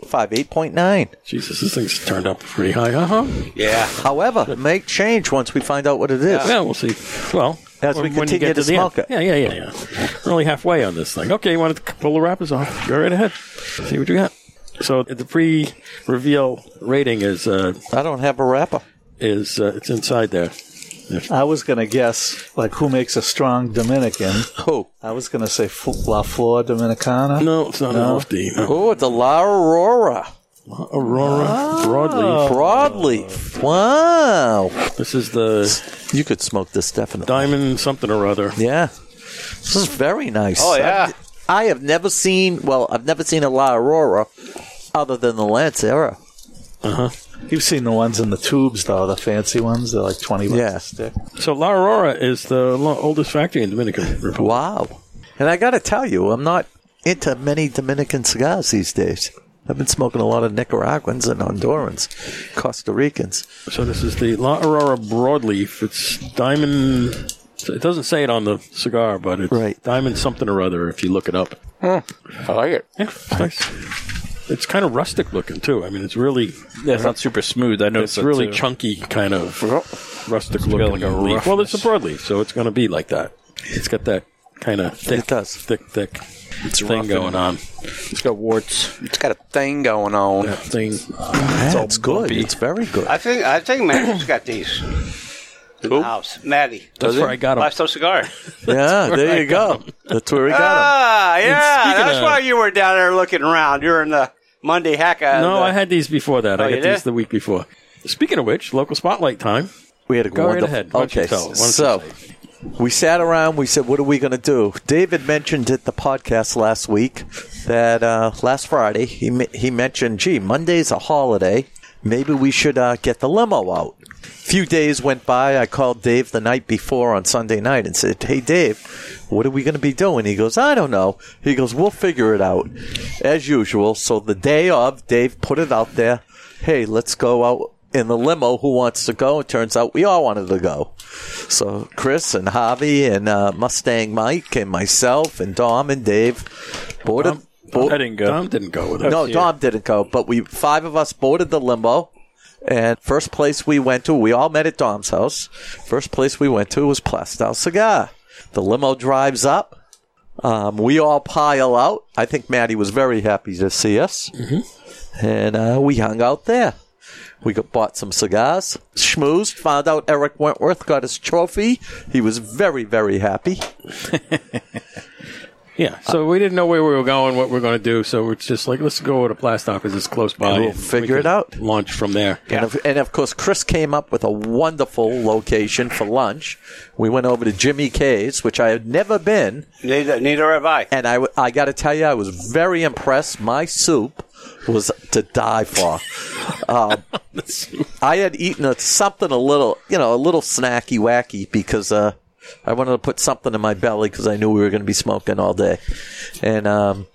8.85, 8.9. Jesus, this thing's turned up pretty high, Uh-huh. huh? huh? Yeah. However, it may change once we find out what it is. Yeah, we'll see. Well, As when- we when you continue get to the end. smoke it. Yeah, yeah, yeah, yeah. We're only halfway on this thing. Okay, you want to pull the wrappers off? Go right ahead. See what you got. So the pre-reveal rating is uh, I don't have a wrapper. is uh, it's inside there. I was gonna guess like who makes a strong Dominican. Who? I was gonna say F- La Flor Dominicana. No, it's not an LFD. No. Oh, the La Aurora. Aurora broadleaf. Broadleaf. Wow. This is the You could smoke this definitely. diamond something or other. Yeah. This is very nice. Oh yeah. I have never seen, well, I've never seen a La Aurora other than the Lancero. You've seen the ones in the tubes though, the fancy ones. They're like twenty bucks Yeah. a stick. So La Aurora is the lo- oldest factory in Dominican Republic. Wow. And I got to tell you, I'm not into many Dominican cigars these days. I've been smoking a lot of Nicaraguans and Hondurans, Costa Ricans. So this is the La Aurora broadleaf. It's diamond. It doesn't say it on the cigar, but it's Right. diamond something or other. If you look it up, Hmm. I like it. yeah, it's nice. It's kind of rustic looking too. I mean, it's really, Yeah, it's not super smooth. I know it's really chunky, kind of rustic got looking. like a leaf. Well, it's a roughness. broadleaf, so it's going to be like that. It's got that kind of thick, It does. thick, thick rough thing and- going on. It's got warts. It's got a thing going on. That thing. That's it's good. It's very good. I think I think Maddie's got these. In the house, Maddie. That's where I got him. Lifestyle cigar. yeah, there you go. That's where we got them. Ah, yeah. speaking That's of- why you were down there looking around during the Monday hack. of No, the- I had these before that. I you got these did? the week before. Speaking of which, local spotlight time. We had a Go right wonderful- ahead. Why don't you Okay, tell? Why don't you so we sat around. We said, "What are we going to do?" David mentioned at the podcast last week that uh, last Friday he me- he mentioned, "Gee, Monday's a holiday. Maybe we should uh, get the limo out." Few days went by. I called Dave the night before on Sunday night and said, "Hey, Dave, what are we going to be doing?" He goes, "I don't know." He goes, "We'll figure it out, as usual." So the day of, Dave put it out there hey, let's go out in the limo. Who wants to go? It turns out we all wanted to go. So Chris and Javi and uh, Mustang Mike and myself and Dom and Dave boarded. board- I didn't go. Tom didn't go with us. no, Dom didn't go, but we five of us boarded the limo. And first place we went to, we all met at Dom's house. First place we went to was Plastow Cigar. The limo drives up. Um, we all pile out. I think Maddie was very happy to see us. And uh, we hung out there. We got, bought some cigars, schmoozed, found out Eric Wentworth got his trophy. He was very, very happy. Yeah. So we didn't know where we were going, what we are going to do. So it's just like, let's go to Plastoff because it's close by. we'll and we figure it can out. Uh, Launch from there. And, of, and of course, Chris came up with a wonderful location for lunch. We went over to Jimmy K's, which I had never been. Neither, neither have I. and I, w- I got to tell you, I was very impressed. My soup was to die for. um, I had eaten a, something a little, you know, a little snacky wacky because uh, I wanted to put something in my belly because I knew we were going to be smoking all day, and um,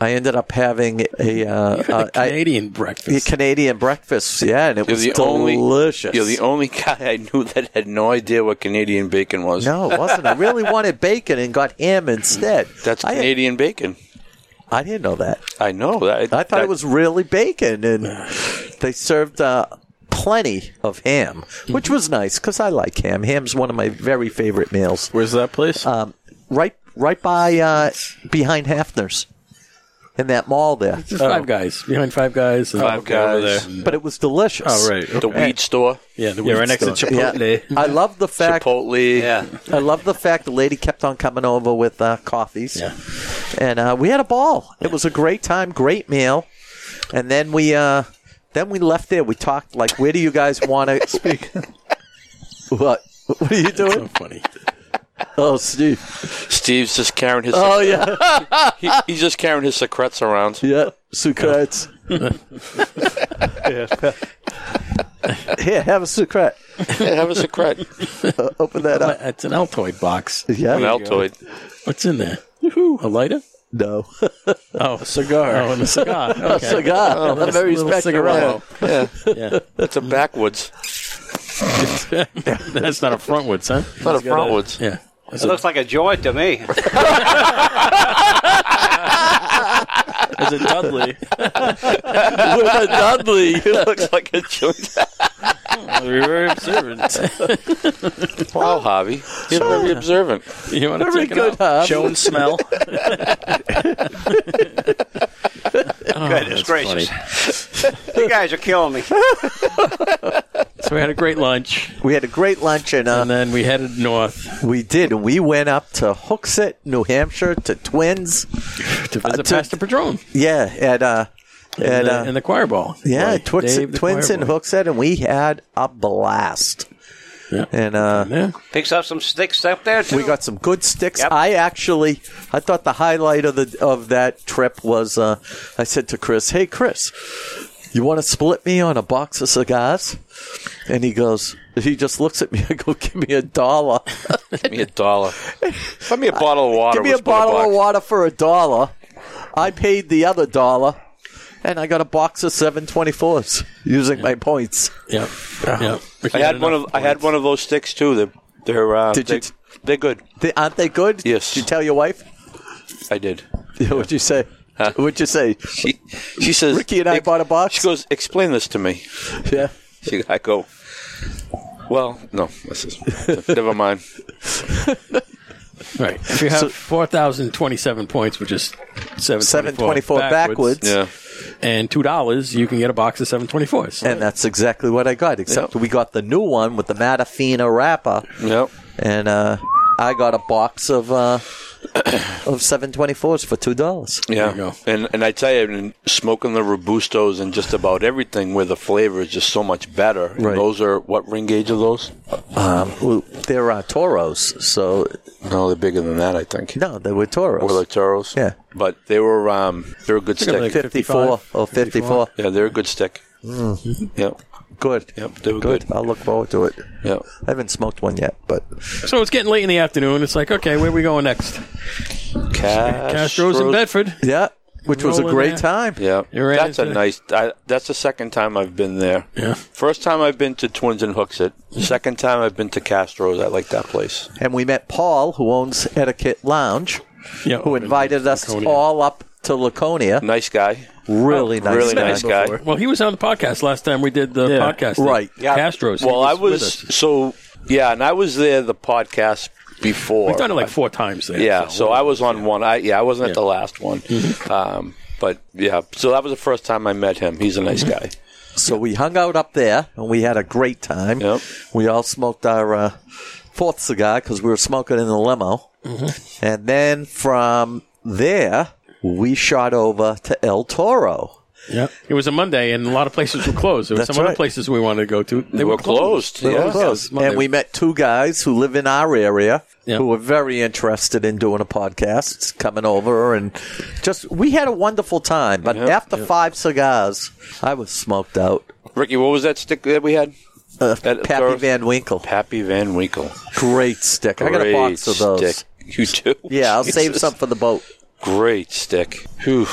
I ended up having a, uh, uh, I- Canadian a breakfast. Canadian breakfast. Yeah, and it You're was the delicious. only. You're the only guy I knew that had no idea what Canadian bacon was. no, it wasn't. I really wanted bacon and got ham instead. that's I, Canadian bacon. I didn't know that. I know that. I thought that- it was really bacon, and they served uh, plenty of ham, which was nice because I like ham. Ham's one of my very favorite meals. Where's that place? Right, right by uh, behind Hafner's in that mall there. Just five guys behind five guys. and- Five Guys. But it was delicious. Oh right. the weed store, Yeah, the Yeah, weed right next store. to Yeah, Chipotle. I love the fact. Chipotle. Yeah. I love the fact the lady kept on coming over with uh, coffees, and uh, we had a ball. It was a great time, great meal, and then we uh, then we left there. We talked like, where do you guys want to speak? What? What are you doing? Funny. Oh, Steve. Steve's just carrying his. Oh yeah, he, he's just carrying his secrets around. yeah. Sucrets. Here, have a sucret. Yeah, have a secret. Uh, open that up. It's an Altoid box. An Yeah. Altoid. What's in there? A lighter? No. Oh, a cigar. Oh, and a cigar. Okay. Cigar. ah, a oh, very little special cigarette. Yeah. Yeah. That's a backwoods. That's not a frontwoods, huh? Not a frontwoods. Yeah. It looks like a joint to me. Is it Dudley? With a Dudley. It looks like a joint. You're very observant. Wow, Javi. He's very observant. You want to Very take it good, out? huh? Show and smell. Oh, Goodness gracious. you guys are killing me. So we had a great lunch, We had a great lunch and, uh, and then we headed north We did. and We went up to Hooksett, New Hampshire, to Twins. to visit Uh, to- Pastor Padron Yeah, at uh, and, at the, uh, and the choir ball. yeah, Like Twix, Dave the Twins choir and boy. Hooksett, and we had a blast. Yeah. And uh, Yeah. Picks up some sticks up there, too. we got some good sticks. Yep. I actually, I thought the highlight of the of that trip was. Uh, I said to Chris, "Hey, Chris, you want to split me on a box of cigars?" And he goes, he just looks at me. I go, "Give me a dollar." Give me a dollar. Give me a bottle of water. Give me We'll a split bottle box. of water for a dollar. I paid the other dollar, and I got a box of seven twenty fours using my points. Yeah. Yeah. I had one of I had one of those sticks too. They're they're uh, Did they, you t- they're good. They, aren't they good? Yes. Did you tell your wife? I did. What'd you say? What'd you say? She she says Ricky and I "Ex- bought a box." She goes, explain this to me. Yeah. She, I go, well, no, this is never mind. Right. If you have So- 4,027 points, which is 724 724 backwards. Yeah, and $2, you can get a box of 724s. And that's exactly what I got, except Yep. we got the new one with the Matafina wrapper, no. and uh, I got a box of uh, of 724s for $2. There you Yeah, go. and and I tell you, and smoking the robustos and just about everything where the flavor is just so much better. And Right. those are what ring gauge are those? Um, well, they're uh, Toros, so No, they're bigger than that, I think. no, they were Toros. Or the Toros. Yeah. but they were um they were a good They're stick. like 54 or 54. yeah, they're a good stick. Mm-hmm. Yeah, Good. Yep, they were good. I'll look forward to it. yeah. I haven't smoked one yet, but So it's getting late in the afternoon. It's like, okay, where are we going next? Castro's in Bedford. yeah, which was a Rolling great out. time. Yeah, You're right, that's a it's a- nice. I, that's the second time I've been there. Yeah. First time I've been to Twins and Hooksett. Second time I've been to Castro's. I like that place. And we met Paul, who owns Etiquette Lounge, Yeah, who invited us Laconia. all up to Laconia. Nice guy. Really nice. really guy. nice guy. Well, he was on the podcast last time we did the Yeah. podcast. thing. Right. Yeah. Castro's. He Well, I with was us. so yeah, and I was there the podcast before. We've done it like four times there. yeah, so I was on one. I yeah, I Mm-hmm. Mm-hmm. wasn't at the last one. um, but yeah, so that was the first time I met him. He's a nice guy. So we hung out up there and we had a great time. Yep. We all smoked our uh, fourth cigar because we were smoking in the limo. Mm-hmm. And then from there, we shot over to El Toro. Yeah. It was a Monday, and a lot of places were closed. There were That's some other right. places we wanted to go to. They were, closed. They were Yeah. close. Monday. And we met two guys who live in our area Yeah. who were very interested in doing a podcast, coming over, and just we had a wonderful time. But after five cigars, I was smoked out. Ricky, what was that stick that we had? Uh, That- Pappy throw- Van Winkle, Pappy Van Winkle. great stick. I got a box of those. Stick. You do? Yeah, I'll save Jesus. some for the boat. Great stick. Whew.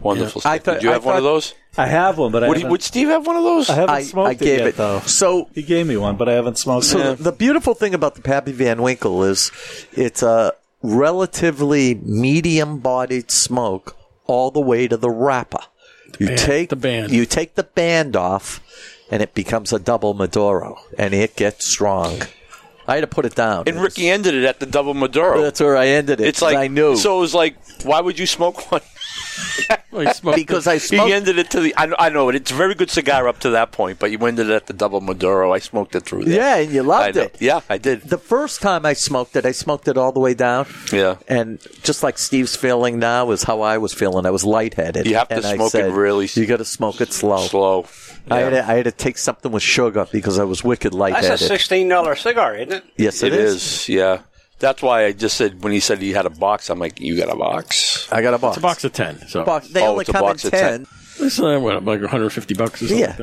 Wonderful I stick. thought- Did you I have one of thought- those? I have one, but I Would, he, haven't, would Steve have one of those? I haven't I, smoked I gave it it. yet, though. So He gave me one, but I haven't smoked So it. the, the beautiful thing about the Pappy Van Winkle is it's a relatively medium bodied smoke all the way to the wrapper. You band- take the band. You take the band off and it becomes a double Maduro and it gets strong. I had to put it down. and Ricky ended it at the double Maduro. That's where I ended it. it's like I knew. So it was like, why would you smoke one? Well, you smoked because I He smoked ended it to the. I, know- I know it. It's a very good cigar up to that point, but you ended it at the double Maduro. I smoked it through. There. Yeah, and you loved I know. it. Yeah, I did. the first time I smoked it, I smoked it all the way down. Yeah. And just like Steve's feeling now is how I was feeling. I was lightheaded. You have to and I smoke it said, really You got to smoke it slow. Slow. Oh. I, had Yeah. to, I had to take something with sugar because I was wicked That's lightheaded. a sixteen dollar cigar, isn't it? yes, it is. Yeah. That's why I just said when he said he had a box, I'm like, you got a box? I got a box. a box of 10. So Box- They Oh, only it's a come box in of 10. 10. It's, uh, what, like 150 bucks or something Yeah. like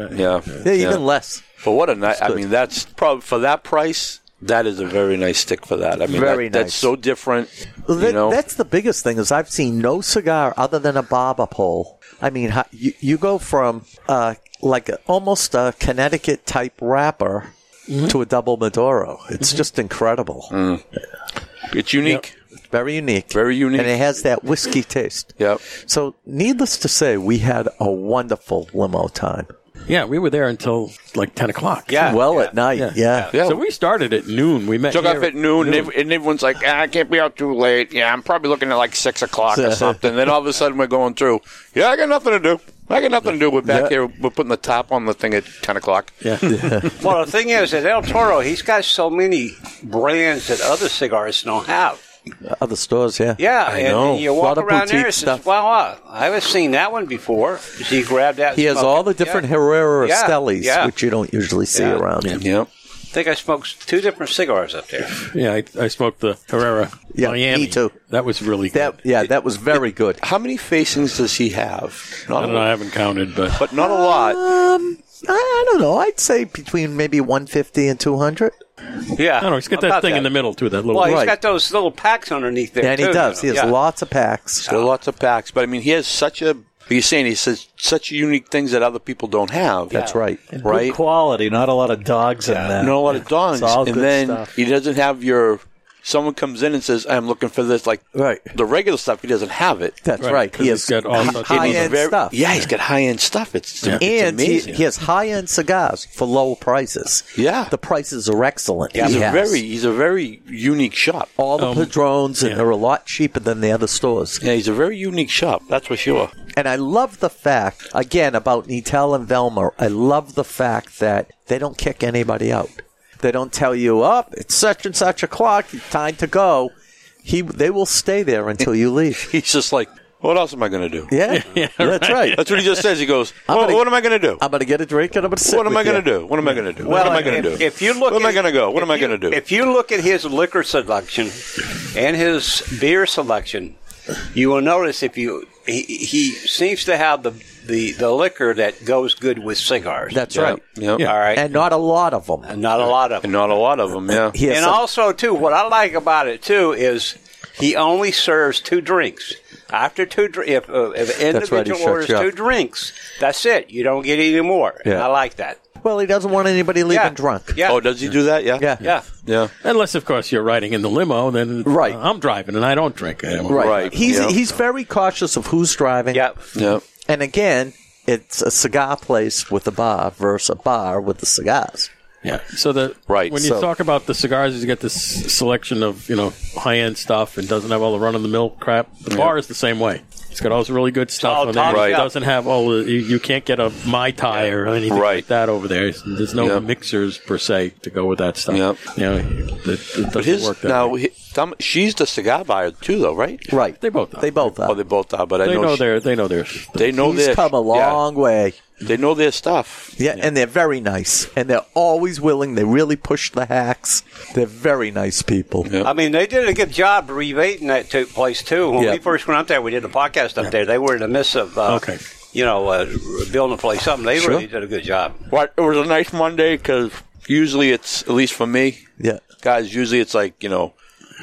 that. Yeah. Yeah, even less. But what a nice! I good. mean, that's probably for that price. That is a very nice stick for that. I mean, Very that- nice. That's so different. Well, you that- know, That's the biggest thing is I've seen no cigar other than a barber pole. I mean, ho- you, you go from uh, like a, almost a Connecticut type wrapper Mm-hmm. to a double Maduro. It's just incredible. Mm. it's unique. Very unique. Very unique. And it has that whiskey taste. Yep. So, needless to say, we had a wonderful limo time. Yeah, we were there until like 10 o'clock. Yeah. well at night, yeah. Yeah. So we started at noon. We met Took here off at noon, and ev- and everyone's like, ah, "I can't be out too late." Yeah, I'm probably looking at like six o'clock or something. Then all of a sudden, we're going through. Yeah, I got nothing to do. I got nothing to do. We're back Yeah. here. We're putting the top on the thing at ten o'clock. Yeah. Well, the thing is, at El Toro, he's got so many brands that other cigarists don't have. Other stores, yeah. Yeah, and know. you A walk lot of around there boutique and says, stuff. "Wow, wow, I haven't seen that one before." He grabbed that. He has smoked all it. the different Yeah. Herrera Yeah, Stellis, yeah. which you don't usually see Yeah. around. Yep. I think I smoked two different cigars up there. Yeah, I, I smoked the Herrera Yeah, Miami. me too. That was really good. That, yeah, that was very good. How many facings does he have? I Not don't a know. I lot, haven't counted, but but not a lot. Um, I, I don't know. I'd say between maybe 150 and 200. Yeah, I don't know. He's got that thing in the middle too. That little. Well, he's Right. got those little packs underneath there. and he too, does. you He know. has Yeah. lots of packs. There are lots of packs, but I mean, he has such a. He's saying he says such unique things that other people don't have. That's right. right? Good quality, not a lot of dogs in that. Not a lot of dogs, It's all and good then stuff. he doesn't have your. Someone comes in and says, "I'm looking for this," like Right. the regular stuff. He doesn't have it. That's right. 'cause He he's has got all hi- sorts of high-end Very- stuff. Yeah, he's got high end stuff. It's, it's and he, amazing. he has high-end cigars for low prices. Yeah. the prices are excellent. he's He a has. very he's a very unique shop. all the padrones, and yeah. they're a lot cheaper than the other stores. Yeah, he's a very unique shop. That's for sure. And I love the fact again about Nitel and Velma. I love the fact that they don't kick anybody out. They don't tell you up. it's such and such o'clock. Time to go. He, they will stay there until you leave. He's just like, what else am I going to do? Yeah, that's right. That's what he just says. He goes, I'm "What, gonna- what am I going to do?" I'm gonna get a drink and I'm gonna sit. What am with I going you. to do? What am I going to do? Well, what am I going to if, do? If you look, what am I at- going to go? What am if I going to you- do? If you look at his liquor selection and his beer selection, you will notice if you he, he seems to have the, the the liquor that goes good with cigars. That's Yeah. right. Yep. all right, And not a lot of them. and not a lot of And not a lot of them. Yeah. He has and some- also, too, what I like about it too is he only serves two drinks. After two, dr- if, uh, if an That's right, he individual shuts orders you up. two drinks, that's it. You don't get any more. And Yeah. I like that. Well, he doesn't want anybody leaving yeah, drunk. Yeah, Oh, does he do that? Yeah. Yeah. yeah. Yeah. unless, of course, you're riding in the limo, then uh, Right. I'm driving and I don't drink. I don't- Right. Right, He's yeah. he's very cautious of who's driving. Yeah. Yeah. And again, it's a cigar place with a bar versus a bar with the cigars. Yeah. So the Right, when you so- talk about the cigars, you get this selection of you know high end stuff and doesn't have all the run of the mill crap. The bar is the same way. It's got all this really good stuff all Oh, on there. Tom's It Right. doesn't have all the. You, you can't get a mai tai or anything Right. like that over there. It's- There's no Yep. mixers per se to go with that stuff. Yep. You know, it, it doesn't But his work that now, way. hi Tom, she's the cigar buyer too, though, right? Right. They both are. They both are. Oh, they both are. But I They know, know, she- their. They know their. they know He's their come a yeah, long way. they know their stuff. Yeah, and they're very nice, and they're always willing. They really push the hacks. They're very nice people. Yeah. I mean, they did a good job rebating that to place too. When Yeah. we first went up there, we did a podcast up there. They were in the midst of uh, Okay. you know uh, building the place up. and They really did a good job. Well, it was a nice Monday because usually it's at least for me. Yeah. guys. Usually it's like you know,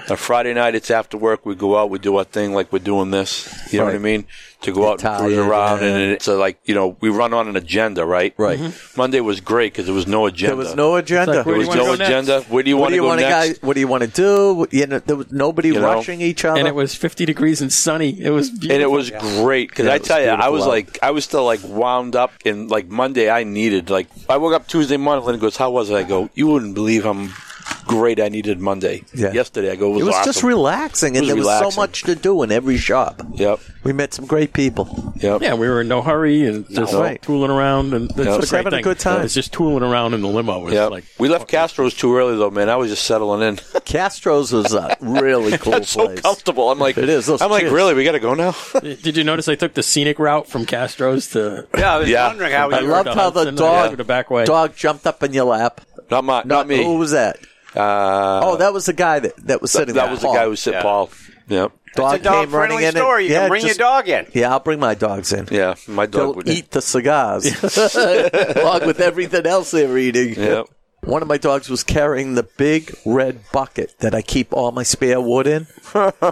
a Friday night. It's after work. We go out. We do our thing, like we're doing this. You know what I Right. mean? To go out and cruise tired, around, yeah. and it's uh, like you know, we run on an agenda, right? Mm-hmm. Right. Monday was great because there was no agenda. There was no agenda. It's like, There Where do was you wanna no go next? agenda. Where do you what want do to you go want to next? guys? What do you want to do? You know, there was nobody know? rushing each other. And it was 50 degrees and sunny. It was beautiful. And it was great because Yeah, I it was tell you, I beautiful was out. like, I was still like wound up, and like Monday, I needed like I woke up Tuesday morning. Lynn goes, "How was it?" I go, "You wouldn't believe how great I needed Monday." Yeah. Yesterday, I go, "It was, It was just awesome." relaxing, and was there was relaxing. so much to do in every shop. Yep. We met some great people. Yep. Yeah, we were in no hurry and just Right. tooling around and that's Just a great having a thing. good time. It's just tooling around in the limo. It's Yep. like we left Castro's too early though, man. I was just settling in. Castro's was a really cool That's so place. comfortable. I'm like, It is. Those I'm like, chairs. really? We got to go now. Did you notice I took the scenic route from Castro's to? Yeah, I was Yeah. wondering how I we Over loved to how the Hudson, over dog to the back way. dog jumped up in your lap. not my, not, me. Who was that? uh, oh, that was the guy that, that was that, sitting. that there. was Paul. the guy who said Yeah. Paul. Yep. Dog, It's a dog came running friendly in. store. And, You yeah, can bring just- your dog in. Yeah, I'll bring my dogs in. Yeah. My dog They'll would eat the cigars along with everything else they're eating. Yep. One of my dogs was carrying the big red bucket that I keep all my spare wood in,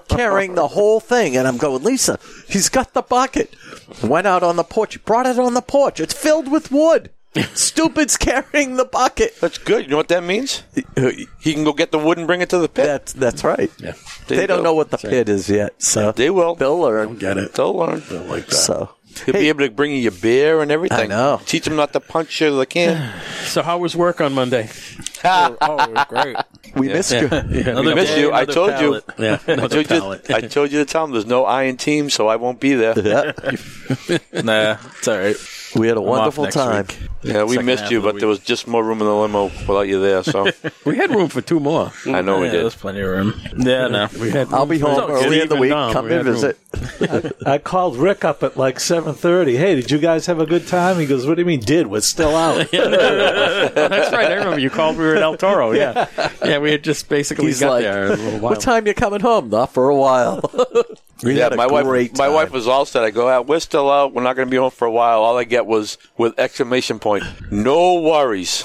carrying the whole thing. And I'm going, Lisa, he's got the bucket. Went out on the porch, brought it on the porch. It's filled with wood. Stupid's carrying the bucket. That's good. You know what that means? uh, He can go get the wood and bring it to the pit. That's that's right. There They you don't go. know what the pit is yet, so They will. they'll learn. Get it? They'll learn. Like that. So He'll be able to bring you your beer and everything. I know. Teach him not to punch you the can. So how was work on Monday? oh, it was great. we missed you. I Another missed you. I another told you. palate. Yeah, I another told you, palate. I told you to tell him there's no I in team, so I won't be there. Yeah, Nah, it's all right. we had a wonderful next time. week. Yeah, Second we half missed of you, the but week. there was just more room in the limo without you there. So we had room for two more. I know we Yeah, there's did. plenty of room. Yeah, no. We had. I'll be room for- home early in the Steve week. and Dom, Come we and had room. visit. I called Rick up at like 7:30. Hey, did you guys have a good time? He goes, "What do you mean? Did? We're still out." Oh, that's right. I remember you called. We were at El Toro. Yeah, yeah. we had just basically He's got like, there a little while. What time you coming home? Not for a while. we Yeah, had a my wife. great My time. wife was all set. I go out. We're still out. We're not going to be home for a while. All I get was with exclamation point. No worries.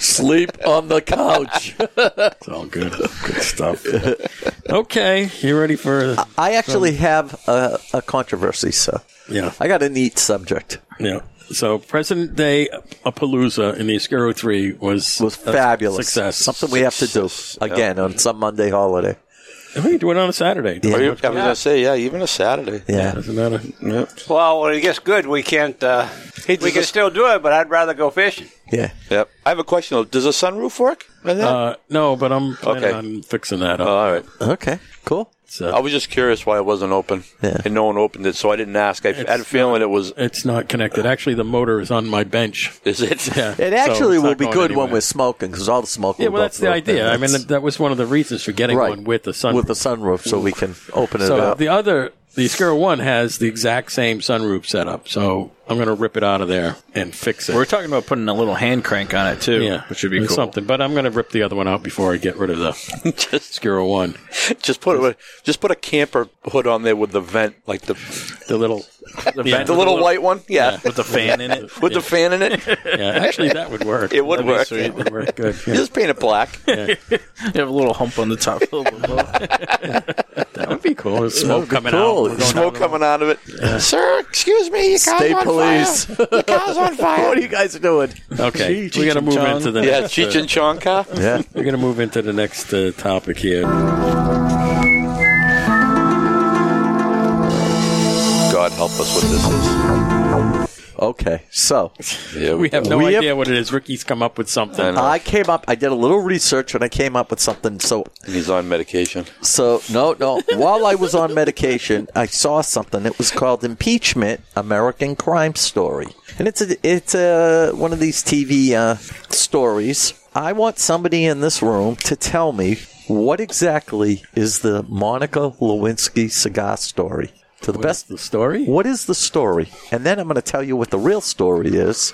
sleep on the couch. It's all good. Good stuff. okay, you ready for? I actually have a, a controversy, so Yeah. I got a neat subject. Yeah. So President Day Palooza in the Escuro Three was It was a fabulous. success. Something we have to do again on some Monday holiday. we can do it on a Saturday. Yeah. Are you- I was going to say, yeah, even a Saturday. Yeah. Doesn't matter. Yeah. Well, when it gets good, we can't. Uh, we can still do it, but I'd rather go fishing. Yeah. Yep. I have a question. though. Does a sunroof work? on that? Uh, no, but I'm planning Okay. on fixing that Oh, up. all right. Okay. Cool. I was just curious why it wasn't open, Yeah. and no one opened it, so I didn't ask. I had a feeling it was. It's not connected. Actually, the motor is on my bench. Is it? Yeah. It So actually it's will not be going good anywhere. when we're smoking because all the smoke. Yeah, will well, go that's the through it, idea. and I mean, that's- that was one of the reasons for getting right one with the sunroof. with the sunroof, so we can open it so up. the other, the Escuro One has the exact same sunroof setup. So I'm going to rip it out of there and fix it. We're talking about putting a little hand crank on it too, yeah, which would be or cool. something. But I'm going to rip the other one out before I get rid of the just, Escuro One. just put a, just put a camper hood on there with the vent, like the The little, the, vent- the little white one. Yeah, with the fan in it. with the fan in it. Yeah, actually, that would work. It would That'd be work. sweet. It would work good. yeah. just paint it black. You have a little hump on the top. That would be cool. There's smoke coming cool. out. We're going Smoke coming out of it. Sir, excuse me. Your car's State on police. Fire. Your car's on fire. what are you guys doing? Okay, we got to move into the yeah, next, Cheech uh, and Chong car. Yeah. we're going to move into the next uh, topic here. God help us what this is. Okay, so Yeah, We have go. no We have- idea what it is. Ricky's come up with something. I know. I came up. I did a little research and I came up with something. So He's on medication. So no, no. While I was on medication, I saw something. It was called "Impeachment: American Crime Story," and it's a, it's a, one of these TV uh, stories. I want somebody in this room to tell me what exactly is the Monica Lewinsky cigar story. To the best, the story? What is the story? And then I'm going to tell you what the real story is,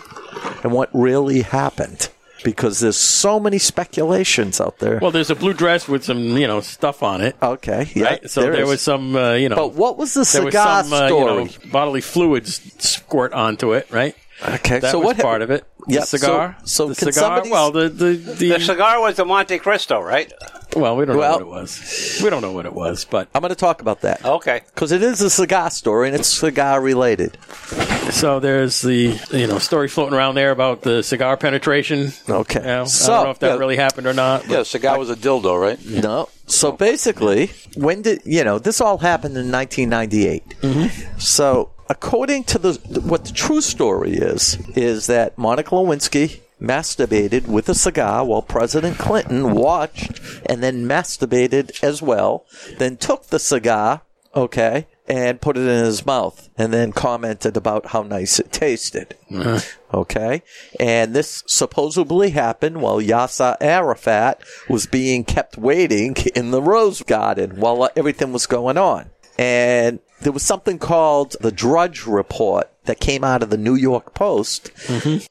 and what really happened. Because there's so many speculations out there. Well, there's a blue dress with some, you know, stuff on it. okay, Uh, yeah, right? So there, is. was some, uh, you know. But what was the there was cigar some uh, you story? know, bodily fluids squirt onto it, right? okay, That so was what part of it. Yeah, The cigar. so- so the can cigar. somebody- Well, the the, the, The cigar was the Monte Cristo, right? well, we don't know Well- what it was. We don't know what it was, but I'm going to talk about that Okay. because it is a cigar story and it's cigar related. Um, so there's the you know story floating around there about the cigar penetration. Okay, You know, I so don't know if that yeah, really happened or not. but- Yeah, the guy was a dildo, right? no. So basically, when did you know this all happened in 1998? So according to the what the true story is is that Monica Lewinsky masturbated with a cigar while President Clinton watched and then masturbated as well. Then took the cigar okay, and put it in his mouth, and then commented about how nice it tasted. Okay, and this supposedly happened while Yasser Arafat was being kept waiting in the Rose Garden while everything was going on. And there was something called the Drudge Report that came out of the New York Post.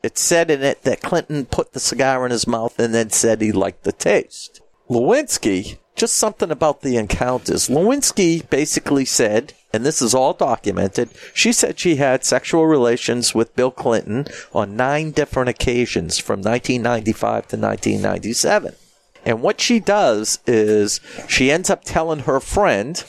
It said in it that Clinton put the cigar in his mouth and then said he liked the taste. Lewinsky, just something about the encounters. Lewinsky basically said, and this is all documented, she said she had sexual relations with Bill Clinton on nine different occasions from 1995 to 1997. And what she does is she ends up telling her friend,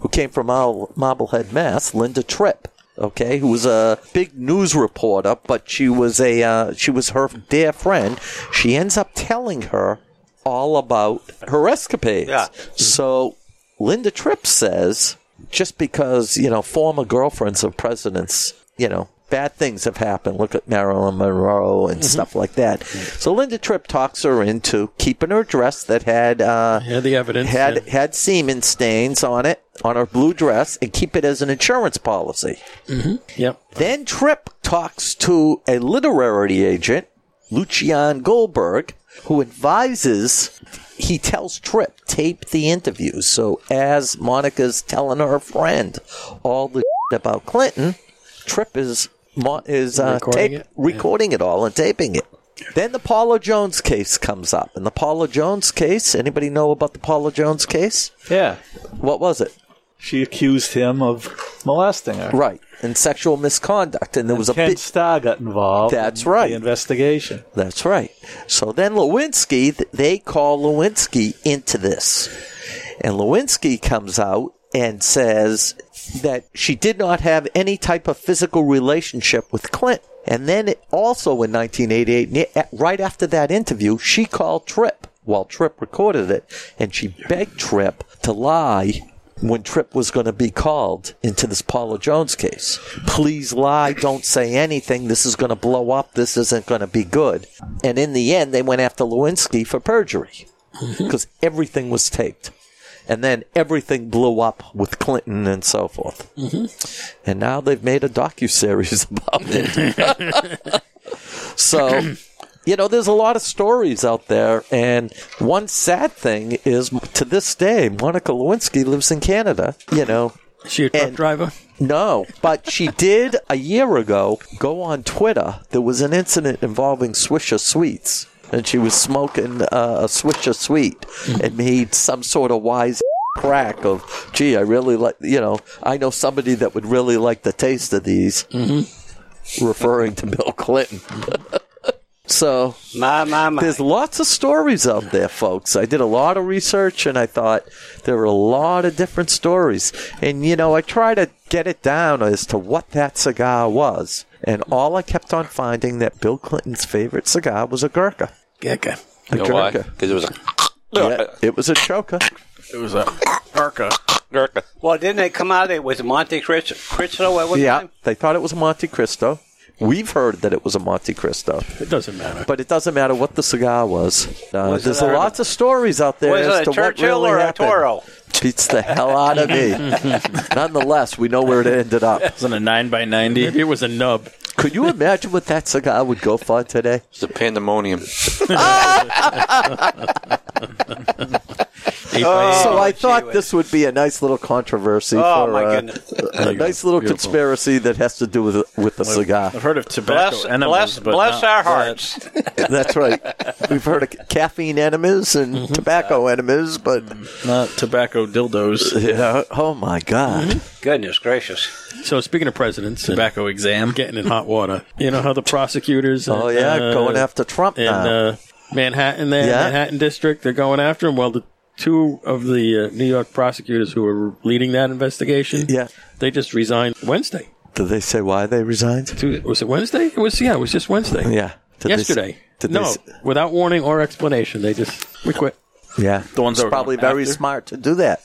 who came from Mar- Marblehead, Mass, Linda Tripp, okay, who was a big news reporter, but she was a uh, she was her dear friend. She ends up telling her all about her escapades. Yeah. So Linda Tripp says just because you know former girlfriends of presidents, you know. Bad things have happened. Look at Marilyn Monroe and stuff like that. So Linda Tripp talks her into keeping her dress that had uh, yeah, the evidence had yeah. had semen stains on it on her blue dress and keep it as an insurance policy. Yep. Then Tripp talks to a literary agent, Lucian Goldberg, who advises. He tells Tripp tape the interview. So as Monica's telling her friend all the about Clinton, Tripp is mo- is uh, Recording tape, it? recording it all and taping it. Then the Paula Jones case comes up, and the Paula Jones case. Anybody know about the Paula Jones case? Yeah. What was it? She accused him of molesting her. Right, and sexual misconduct, and there was a Ken bit. Starr got involved. That's in right. The investigation. That's right. So then Lewinsky, th- they call Lewinsky into this. And Lewinsky comes out and says that she did not have any type of physical relationship with Clinton. And then it also in 1988, ne- a- right after that interview, she called Tripp while Tripp recorded it. And she begged Tripp to lie when Tripp was going to be called into this Paula Jones case. Please lie. Don't say anything. This is going to blow up. This isn't going to be good. And in the end, they went after Lewinsky for perjury because everything was taped. And then everything blew up with Clinton and so forth. Mm-hmm. And now they've made a docu series about it. so, you know, there's a lot of stories out there. And one sad thing is to this day, Monica Lewinsky lives in Canada. You know, Is she a truck and- driver? no, but she did a year ago go on Twitter. There was an incident involving Swisher Sweets, and she was smoking uh, a Swisher Sweet and made some sort of wise crack of, gee, I really like, you know, I know somebody that would really like the taste of these, referring to Bill Clinton. so My, my, my. there's lots of stories out there, folks. I did a lot of research and I thought there were a lot of different stories. And, you know, I try to get it down as to what that cigar was. And all I kept on finding that Bill Clinton's favorite cigar was a Gurkha. Gekka. A You know why? Gurkha. Because it was a Yeah, it was a choker. It was a Arca. Well, didn't they come out? It was Monte Cristo. Cristo at one Yeah. time. They thought it was Monte Cristo. We've heard that it was a Monte Cristo, It doesn't matter. but it doesn't matter what the cigar was. Uh, Was it there's a- lots of stories out there Was as it to a Churchill what really or a happened. Toro? Beats the hell out of me. Nonetheless, we know where it ended up. It's on a nine by ninety. Maybe it was a nub. Could you imagine what that cigar would go for today? It's the pandemonium. so I gee thought whiz. this would be a nice little controversy. Oh, for, my uh, goodness. A nice little Beautiful. conspiracy that has to do with with the cigar. I've heard of tobacco Bless, enemas, bless, but bless not- our hearts. That's right. We've heard of caffeine enemas and tobacco enemas, but not tobacco dildos. yeah. oh my god, Goodness gracious. So speaking of presidents, and Tobacco exam. getting in hot water. You know how the prosecutors. oh and, yeah, uh, going after Trump in now. uh, Manhattan there, Yeah. Manhattan District. They're going after him. Well, the two of the uh, New York prosecutors who were leading that investigation, Yeah. they just resigned Wednesday. Did they say why they resigned? Two- Was it Wednesday? It was yeah, it was just Wednesday. Yeah, Did they s- yesterday. did they no, s- without warning or explanation, they just we quit. yeah, the ones that were probably going very after? smart to do that.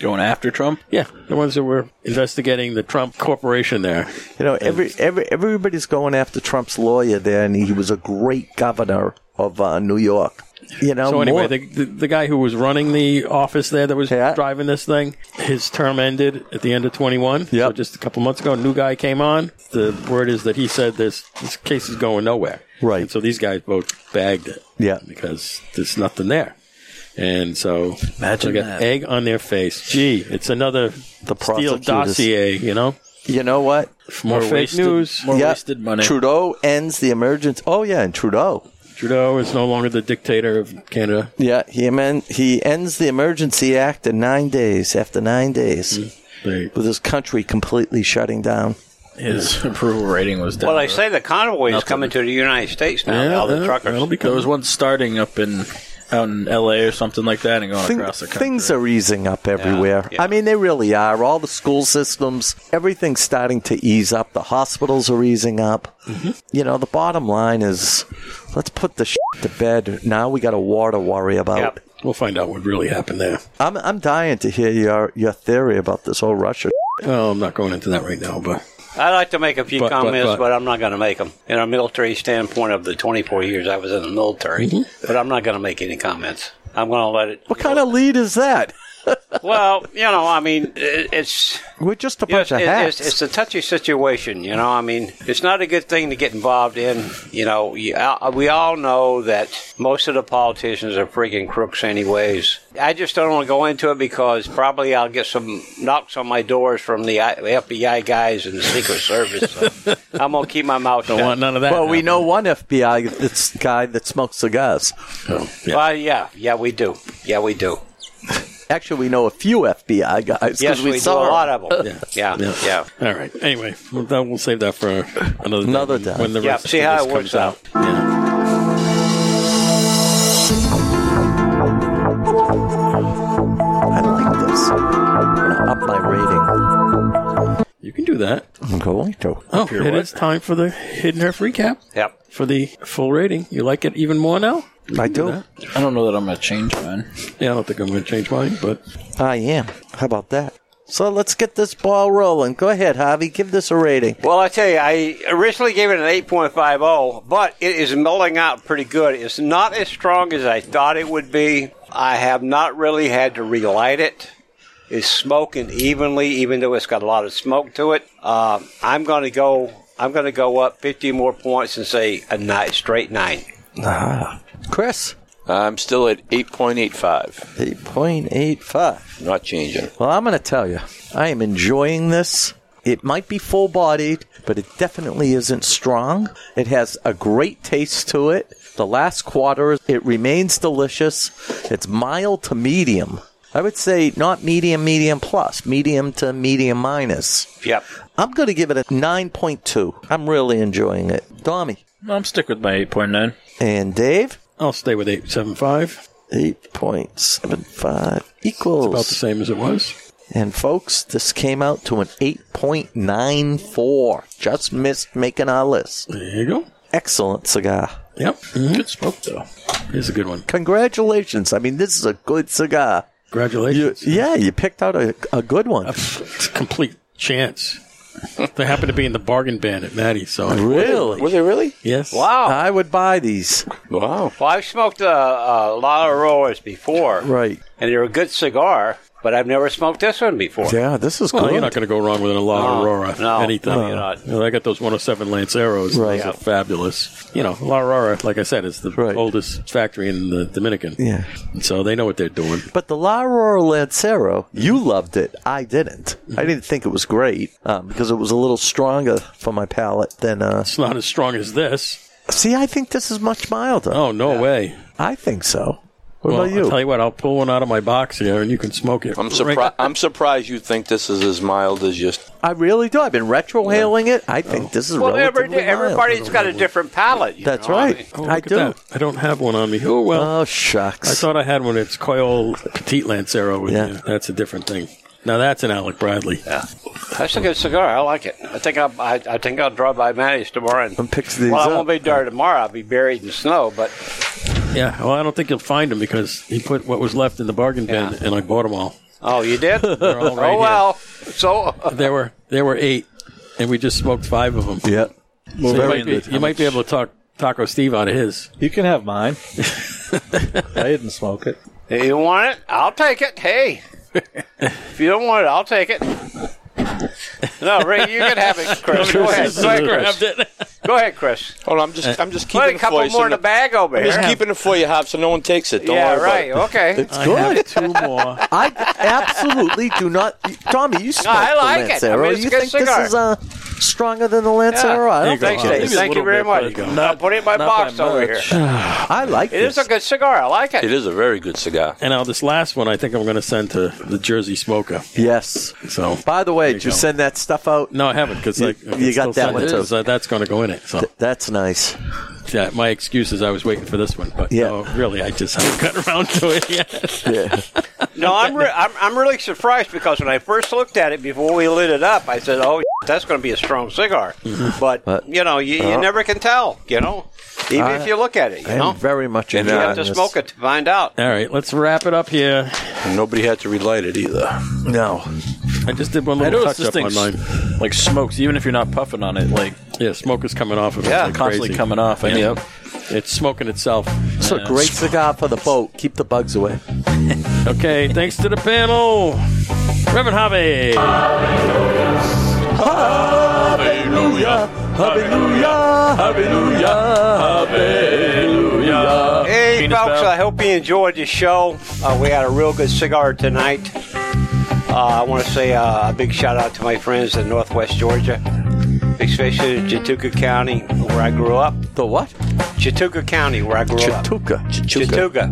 Going after Trump. Yeah, the ones that were investigating the Trump corporation there. You know, every every everybody's going after Trump's lawyer there, and he was a great governor of uh, New York. You know, So anyway, more- the, the the guy who was running the office there that was Yeah. driving this thing, his term ended at the end of 21. So Yep. just a couple months ago, a new guy came on. The word is that he said this this case is going nowhere. Right. And so these guys both bagged it. Yeah. Because there's nothing there. And so Imagine they got that. egg on their face. Gee, it's another the steel prosecutors. dossier, you know? you know what? More, fake wasted, news. More Yeah. wasted money. Trudeau ends the emergency. Oh yeah, and Trudeau. Trudeau is no longer the dictator of Canada. Yeah, he amend, he ends the emergency act in nine days. After nine days, They, with his country completely shutting down. His approval rating was down. Well, they to- say the convoy is Nothing. coming to the United States now. all the truckers. that'll be There coming. was one starting up in out in L.A. or something like that, and going Thing- across the country. things are easing up everywhere. Yeah, yeah. I mean, they really are. All the school systems, everything's starting to ease up. The hospitals are easing up. Mm-hmm. You know, the bottom line is, let's put the shit to bed. Now we got a war to worry about. Yep. we'll find out what really happened there. I'm I'm dying to hear your your theory about this whole Russia. Oh, I'm not going into that right now, but I'd like to make a few But- but- comments, but, but- I'm not going to make them. In a military standpoint of the 24 years I was in the military, but I'm not going to make any comments. I'm going to let it. What kind of lead is that? Well, you know, I mean, it, it's We're just a you know, bunch it- of hacks. it's, it's a touchy situation. You know, I mean, it's not a good thing to get involved in. You know, you, uh, we all know that most of the politicians are freaking crooks, anyways. I just don't want to go into it because probably I'll get some knocks on my doors from the I- the FBI guys and the Secret Service. So I'm gonna keep my mouth shut. don't want none of that. well, we know one FBI that's guy that smokes cigars. Well, yeah, yeah, we do. Yeah, we do. Actually, we know a few FBI guys. 'cause Yes, we, do a saw lot them. of them. Yeah, yeah. yeah. All right. Anyway, we'll, that- we'll save that for another day Another day. When the Yeah, rest see of how this it comes works out. Yeah. I like this. I'm gonna up my rating. You can do that. I'm going to. Oh, it is time for the Hidden Earth recap Yep. for the full rating. You like it even more now? I do. I don't know that I'm going to change mine. Yeah, I don't think I'm going to change mine, but I am. How about that? So let's get this ball rolling. Go ahead, Javi. Give this a rating. Well, I tell you, I originally gave it an 8.50, oh, but it is milling out pretty good. It's not as strong as I thought it would be. I have not really had to relight it. It's smoking evenly, even though it's got a lot of smoke to it. Uh, I'm going to go. I'm going to go up 50 more points and say a nine, straight nine. Chris, I'm still at 8.85. eight point eight five. Not changing. Well, I'm going to tell you, I am enjoying this. It might be full bodied, but it definitely isn't strong. It has a great taste to it. The last quarter, it remains delicious. It's mild to medium. I would say not medium, medium plus, medium to medium minus. Yep. I'm going to give it a 9.2. I'm really enjoying it. Tommy I'm stick with my 8.9. and Dave, I'll stay with 875, 8.75 about the equals. same as it was. And folks, this came out to an 8.94. Just missed making our list. There you go. Excellent cigar. Yep. Good smoke, though. Here's a good one. Congratulations. I mean, this is a good cigar. You, Congratulations. yeah, you picked out a, a good one. It's a complete chance. They happen to be in the bargain bin at Maddie's. So Really? Were they really? yes, Wow. I would buy these. Wow. Well, I've smoked a, a lot of rollers before, Right. and they're a good cigar, but I've never smoked this one before. Yeah, this is Well, good. you're not going to go wrong with an No, Alara Aurora. no, anything. no, you're not. You know, I got those 107 Lanceros. Right. Those are fabulous. You know, La Aurora, like I said, is the Right. oldest factory in the Dominican. Yeah. So they know what they're doing. But the La Aurora Lancero, you loved it. I didn't. Mm-hmm. I didn't think it was great um, because it was a little stronger for my palate than. Uh, It's not as strong as this. see, I think this is much milder. Oh, no way. I think so. What well, about you? I'll tell you what, I'll pull one out of my box here and you can smoke it. I'm Right- surprised. I'm surprised you think this is as mild as just. I really do. I've been retrohaling it. I think this is Oh. Well, every, relatively mild. everybody's got a different palate. you That's know, I right. mean. Oh, look I at do. that. I don't have one on me. Oh, well. Oh I shucks! thought I had one. It's Coil Petite Lancero. With Yeah. you. That's a different thing. Now that's an Alec Bradley. That's a good cigar. I like it. I think I'll, I, I think I'll drive by Manny's tomorrow and, And pick these Well, up. I won't be there tomorrow. I'll be buried in snow. But Yeah, well, I don't think you'll find him because he put what was left in the bargain bin, Yeah. and I bought them all. oh, you did? all right oh here. well. So uh, There were there were eight, and we just smoked five of them. Yep. So you very might, good. be, you might be able to talk Taco Steve out of his. You can have mine. I didn't smoke it. you want it? I'll take it. Hey, if you don't want it, I'll take it. No, Rick, you can have it, Chris. Go ahead. Go ahead, Chris. Go ahead, Chris. Hold on, I'm just. I'm just Put Uh, keeping a it for couple you. more in so the bag over I'm just here. keeping it for you, Hop, so no one takes it. Don't Yeah, worry right. about it. Okay. It's I good. have two more. I absolutely do not. Tommy, you smoked I like it. I the mean, Lancero. it's a you good think cigar. this is uh, stronger than the Lancero? I There don't you go. think Thanks, so. Maybe a Dave. Thank you little very bit, but much. there you go. I'll put it in my box over here. I like It is this. a good cigar. I like it. It is a very good cigar. And now this last one, I think I'm going to send to the Jersey Smoker. yes. So By the way, did you go. send that stuff out? no, I haven't because You- you got that one, too. So uh, that's going to go in it. So That's nice. yeah, my excuse is I was waiting for this one, but Yeah. no, really, I just haven't got around to it yet. Yeah. No, I'm, re- I'm I'm really surprised because when I first looked at it before we lit it up, I said, "Oh, that's going to be a strong cigar." But, But- uh, you know, you, you never can tell. You know, even if you look at it, you I know, am very much And, enjoying uh, you have to this. smoke it to find out. All right, let's wrap it up here. And nobody had to relight it either. No. I just did one I little noticed touch this up thing on mine. like smokes, even if you're not puffing on it, like Yeah, smoke is coming off of it. Yeah, like constantly crazy. coming off. I Yeah. mean, It's smoking itself. It's a great cigar for the boat. Keep the bugs away. Okay, thanks to the panel. Reverend Hobby. Hallelujah. Hallelujah. Uh, Hey, Penis folks, bow. I hope you enjoyed the show. Uh, we had a real good cigar tonight. Uh, I want to say uh, a big shout out to my friends in Northwest Georgia, especially in Chattooga County, where I grew up. The what? Chattooga County, where I grew up. Chatuka. Chatuka.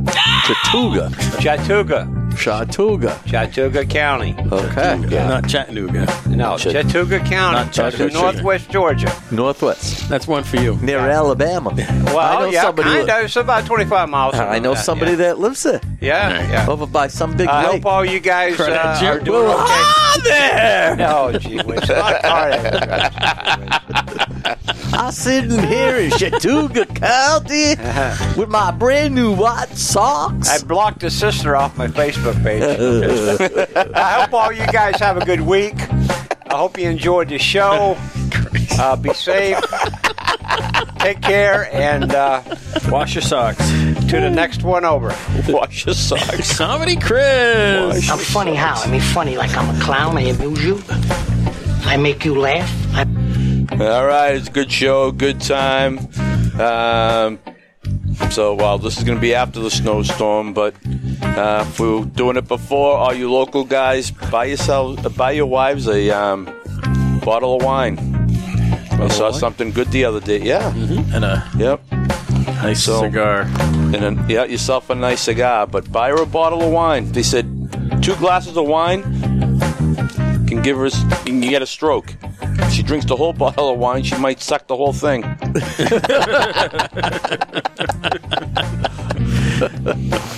Chattooga. Chatuga. Chattooga. Chatuga. Chattooga County. Okay. Not Chattanooga. No, Chattooga County, Not Chattooga. northwest Georgia. Northwest. That's one for you. Near Alabama. Well, I know yeah, somebody. kind of. It's about 25 miles. from I know that, somebody yeah. that lives there. Yeah, yeah. Over by some big I lake. hope all you guys uh, Credit you. are doing Well, okay. ah, there! Oh, gee whiz. Not Cardiff. I'm sitting here in Chattooga County with my brand new white socks. Uh-huh. I blocked his sister off my Facebook page. I hope all you guys have a good week. I hope you enjoyed the show. Uh, be safe. Take care, and uh, wash your socks. to the next one over. Wash your socks. Comedy Chris. I'm funny how? I mean, funny like I'm a clown. I amuse you. I make you laugh. I All right, it's a good show, good time. Um, so, well, this is going to be after the snowstorm, but uh, if we were doing it before. All you local guys, buy yourselves, uh, buy your wives a um, bottle of wine. I saw something good the other day. Yeah, and a yep. nice So- cigar. And then yeah, yourself a nice cigar, but buy her a bottle of wine. They said two glasses of wine can give her, s- can get a stroke. If she drinks the whole bottle of wine, she might suck the whole thing.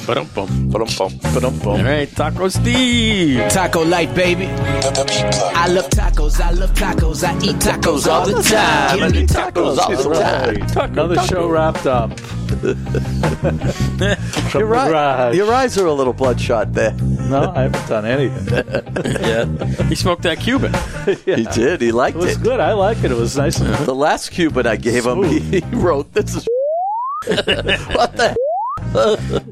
Ba-dum-bum. Ba-dum-bum. All right, Taco Steve. Taco light, baby. I love tacos. I love tacos. I eat tacos all the time. Give me tacos all the time. Another show wrapped up. From Your, the eye- garage. your eyes are a little bloodshot there. No, I haven't done anything. Yeah. he smoked that Cuban. He did. He liked It was it. good. I like it. It was nice. and- The last Cuban I gave him, he, he wrote, "This is what the."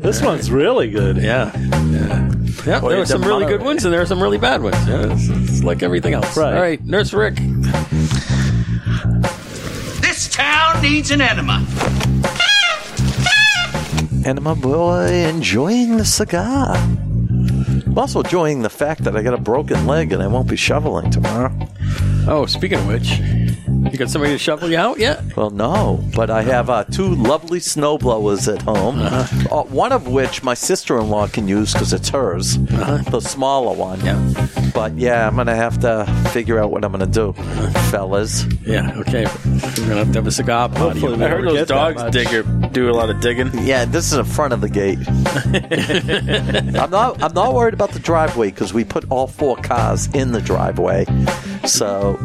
This one's really good. Yeah. Oh, Yeah. Boy, there were it's some a really mono- good ones and there were some really bad ones. Yeah, it's, it's like everything else. Right. All right, Nurse Rick. This town needs an enema. And my boy enjoying the cigar. I'm also enjoying the fact that I got a broken leg and I won't be shoveling tomorrow. Oh, speaking of which, you got somebody to shovel you out yet? Well, no, but I have uh, two lovely snowblowers at home. Uh, one of which my sister-in-law can use because it's hers, the smaller one. Yeah. But yeah, I'm gonna have to figure out what I'm gonna do, Uh-huh. fellas. Yeah, okay. We're gonna have to have a cigar party. Hopefully we I heard don't those get that dogs much. digger do a lot of digging. Yeah, this is in front of the gate. I'm not. I'm not worried about the driveway because we put all four cars in the driveway. So,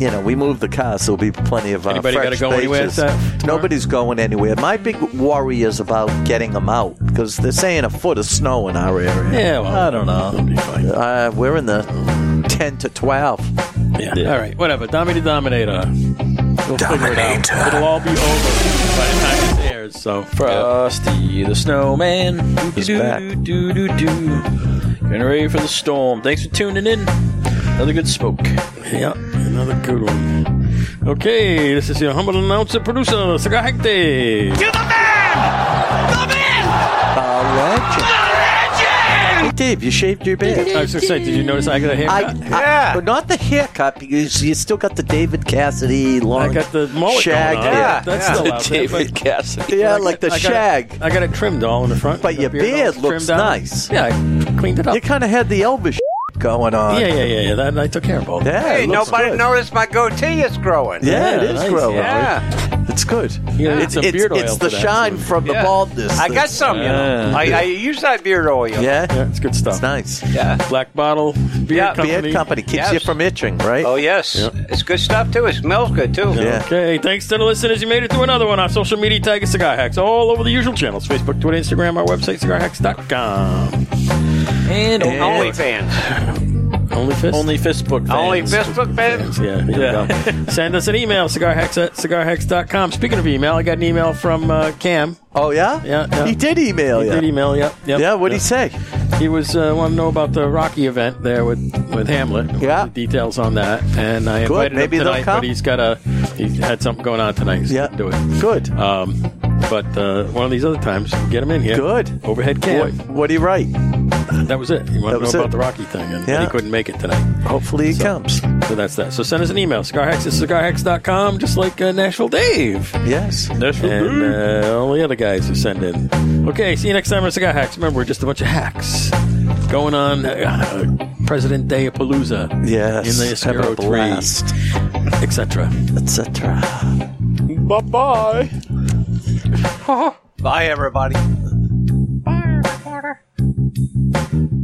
you know, we move the cars. So there'll be plenty of. Uh, Anybody fresh gotta go anywhere spaces. with that tomorrow? Nobody's going anywhere. My big worry is about getting them out because they're saying a foot of snow in our area. Yeah, well, I don't know. It'll be fine. Uh, we're in the ten to twelve. Yeah. All right, whatever. Domi the Dominator. We'll figure it out. It'll all be over by the time this airs, so. Frosty the Snowman. He's Doo, back. doo, doo, doo. Getting ready for the storm. Thanks for tuning in. Another good smoke. Yeah, another good one. Okay, this is your humble announcer, producer, Cigar Hector. You're the man! The man! Uh, The legend! Reggie. Dave, you shaved your beard. I was going to say, did you notice I got a I, haircut? I- but not the haircut because you still got the David Cassidy long. I got the mullet shag. going on. hair. Yeah, that's yeah. still out there, but- David Cassidy. Yeah, but I got- like the I got it- shag. I got it trimmed all in the front. But The your beard all looks trimmed out. nice. Yeah, I cleaned it up. You kind of had the Elvis going on. Yeah, yeah, yeah, yeah. That, I took care of all that. Yeah, Hey, it looks nobody good. noticed my goatee is growing. Yeah, it Yeah, is nice. growing. Yeah. It's good. You gotta get It's, some it's, beard oil it's for the that, shine too. from Yeah. the baldness. I got that's- some, you know. I, I use that beard oil. Yeah, Yeah, it's good stuff. it's nice. Yeah. Black bottle, beard Yeah, company. Beard company keeps Yes. you from itching, right? Oh, yes. It's good stuff, too. It smells good, too. Yeah. Okay, thanks to the listeners. You made it through another one. Our social media tag is Cigar Hacks all over the usual channels Facebook, Twitter, Instagram, our website, cigarhacks.com. And, Only fans. Only fist? only Facebook fans. Only Facebook fans. Yeah, yeah. Send us an email, cigarhacks at cigarhacks.com. Speaking of email, I got an email from uh, Cam. Oh, yeah? Yeah, yeah. He did email He you. did email, yep. yep yeah, what'd yep. he say? He was uh, wanted to know about the Rocky event there with with Hamlet. Yeah. The details on that, and I invited Maybe him they'll tonight, come. but he's got a he had something going on tonight. So he Yeah. couldn't do it. Good. Um, but uh, one of these other times, get him in here. Good. Overhead What, cam. what'd he write? That was it. He wanted to know That was about it. the Rocky thing, and Yeah. he couldn't make it tonight. Hopefully he comes. So that's that. So send us an email, cigarhacks at cigarhacks.com, just like uh, Nashville Dave. Yes. And uh, all the other guys who send in. Okay, see you next time on Cigar Hacks. Remember, we're just a bunch of hacks going on uh, President Day of Palooza. Yes. In the Have a Escaro 3, blast, etc. etc. Bye bye. Bye, everybody.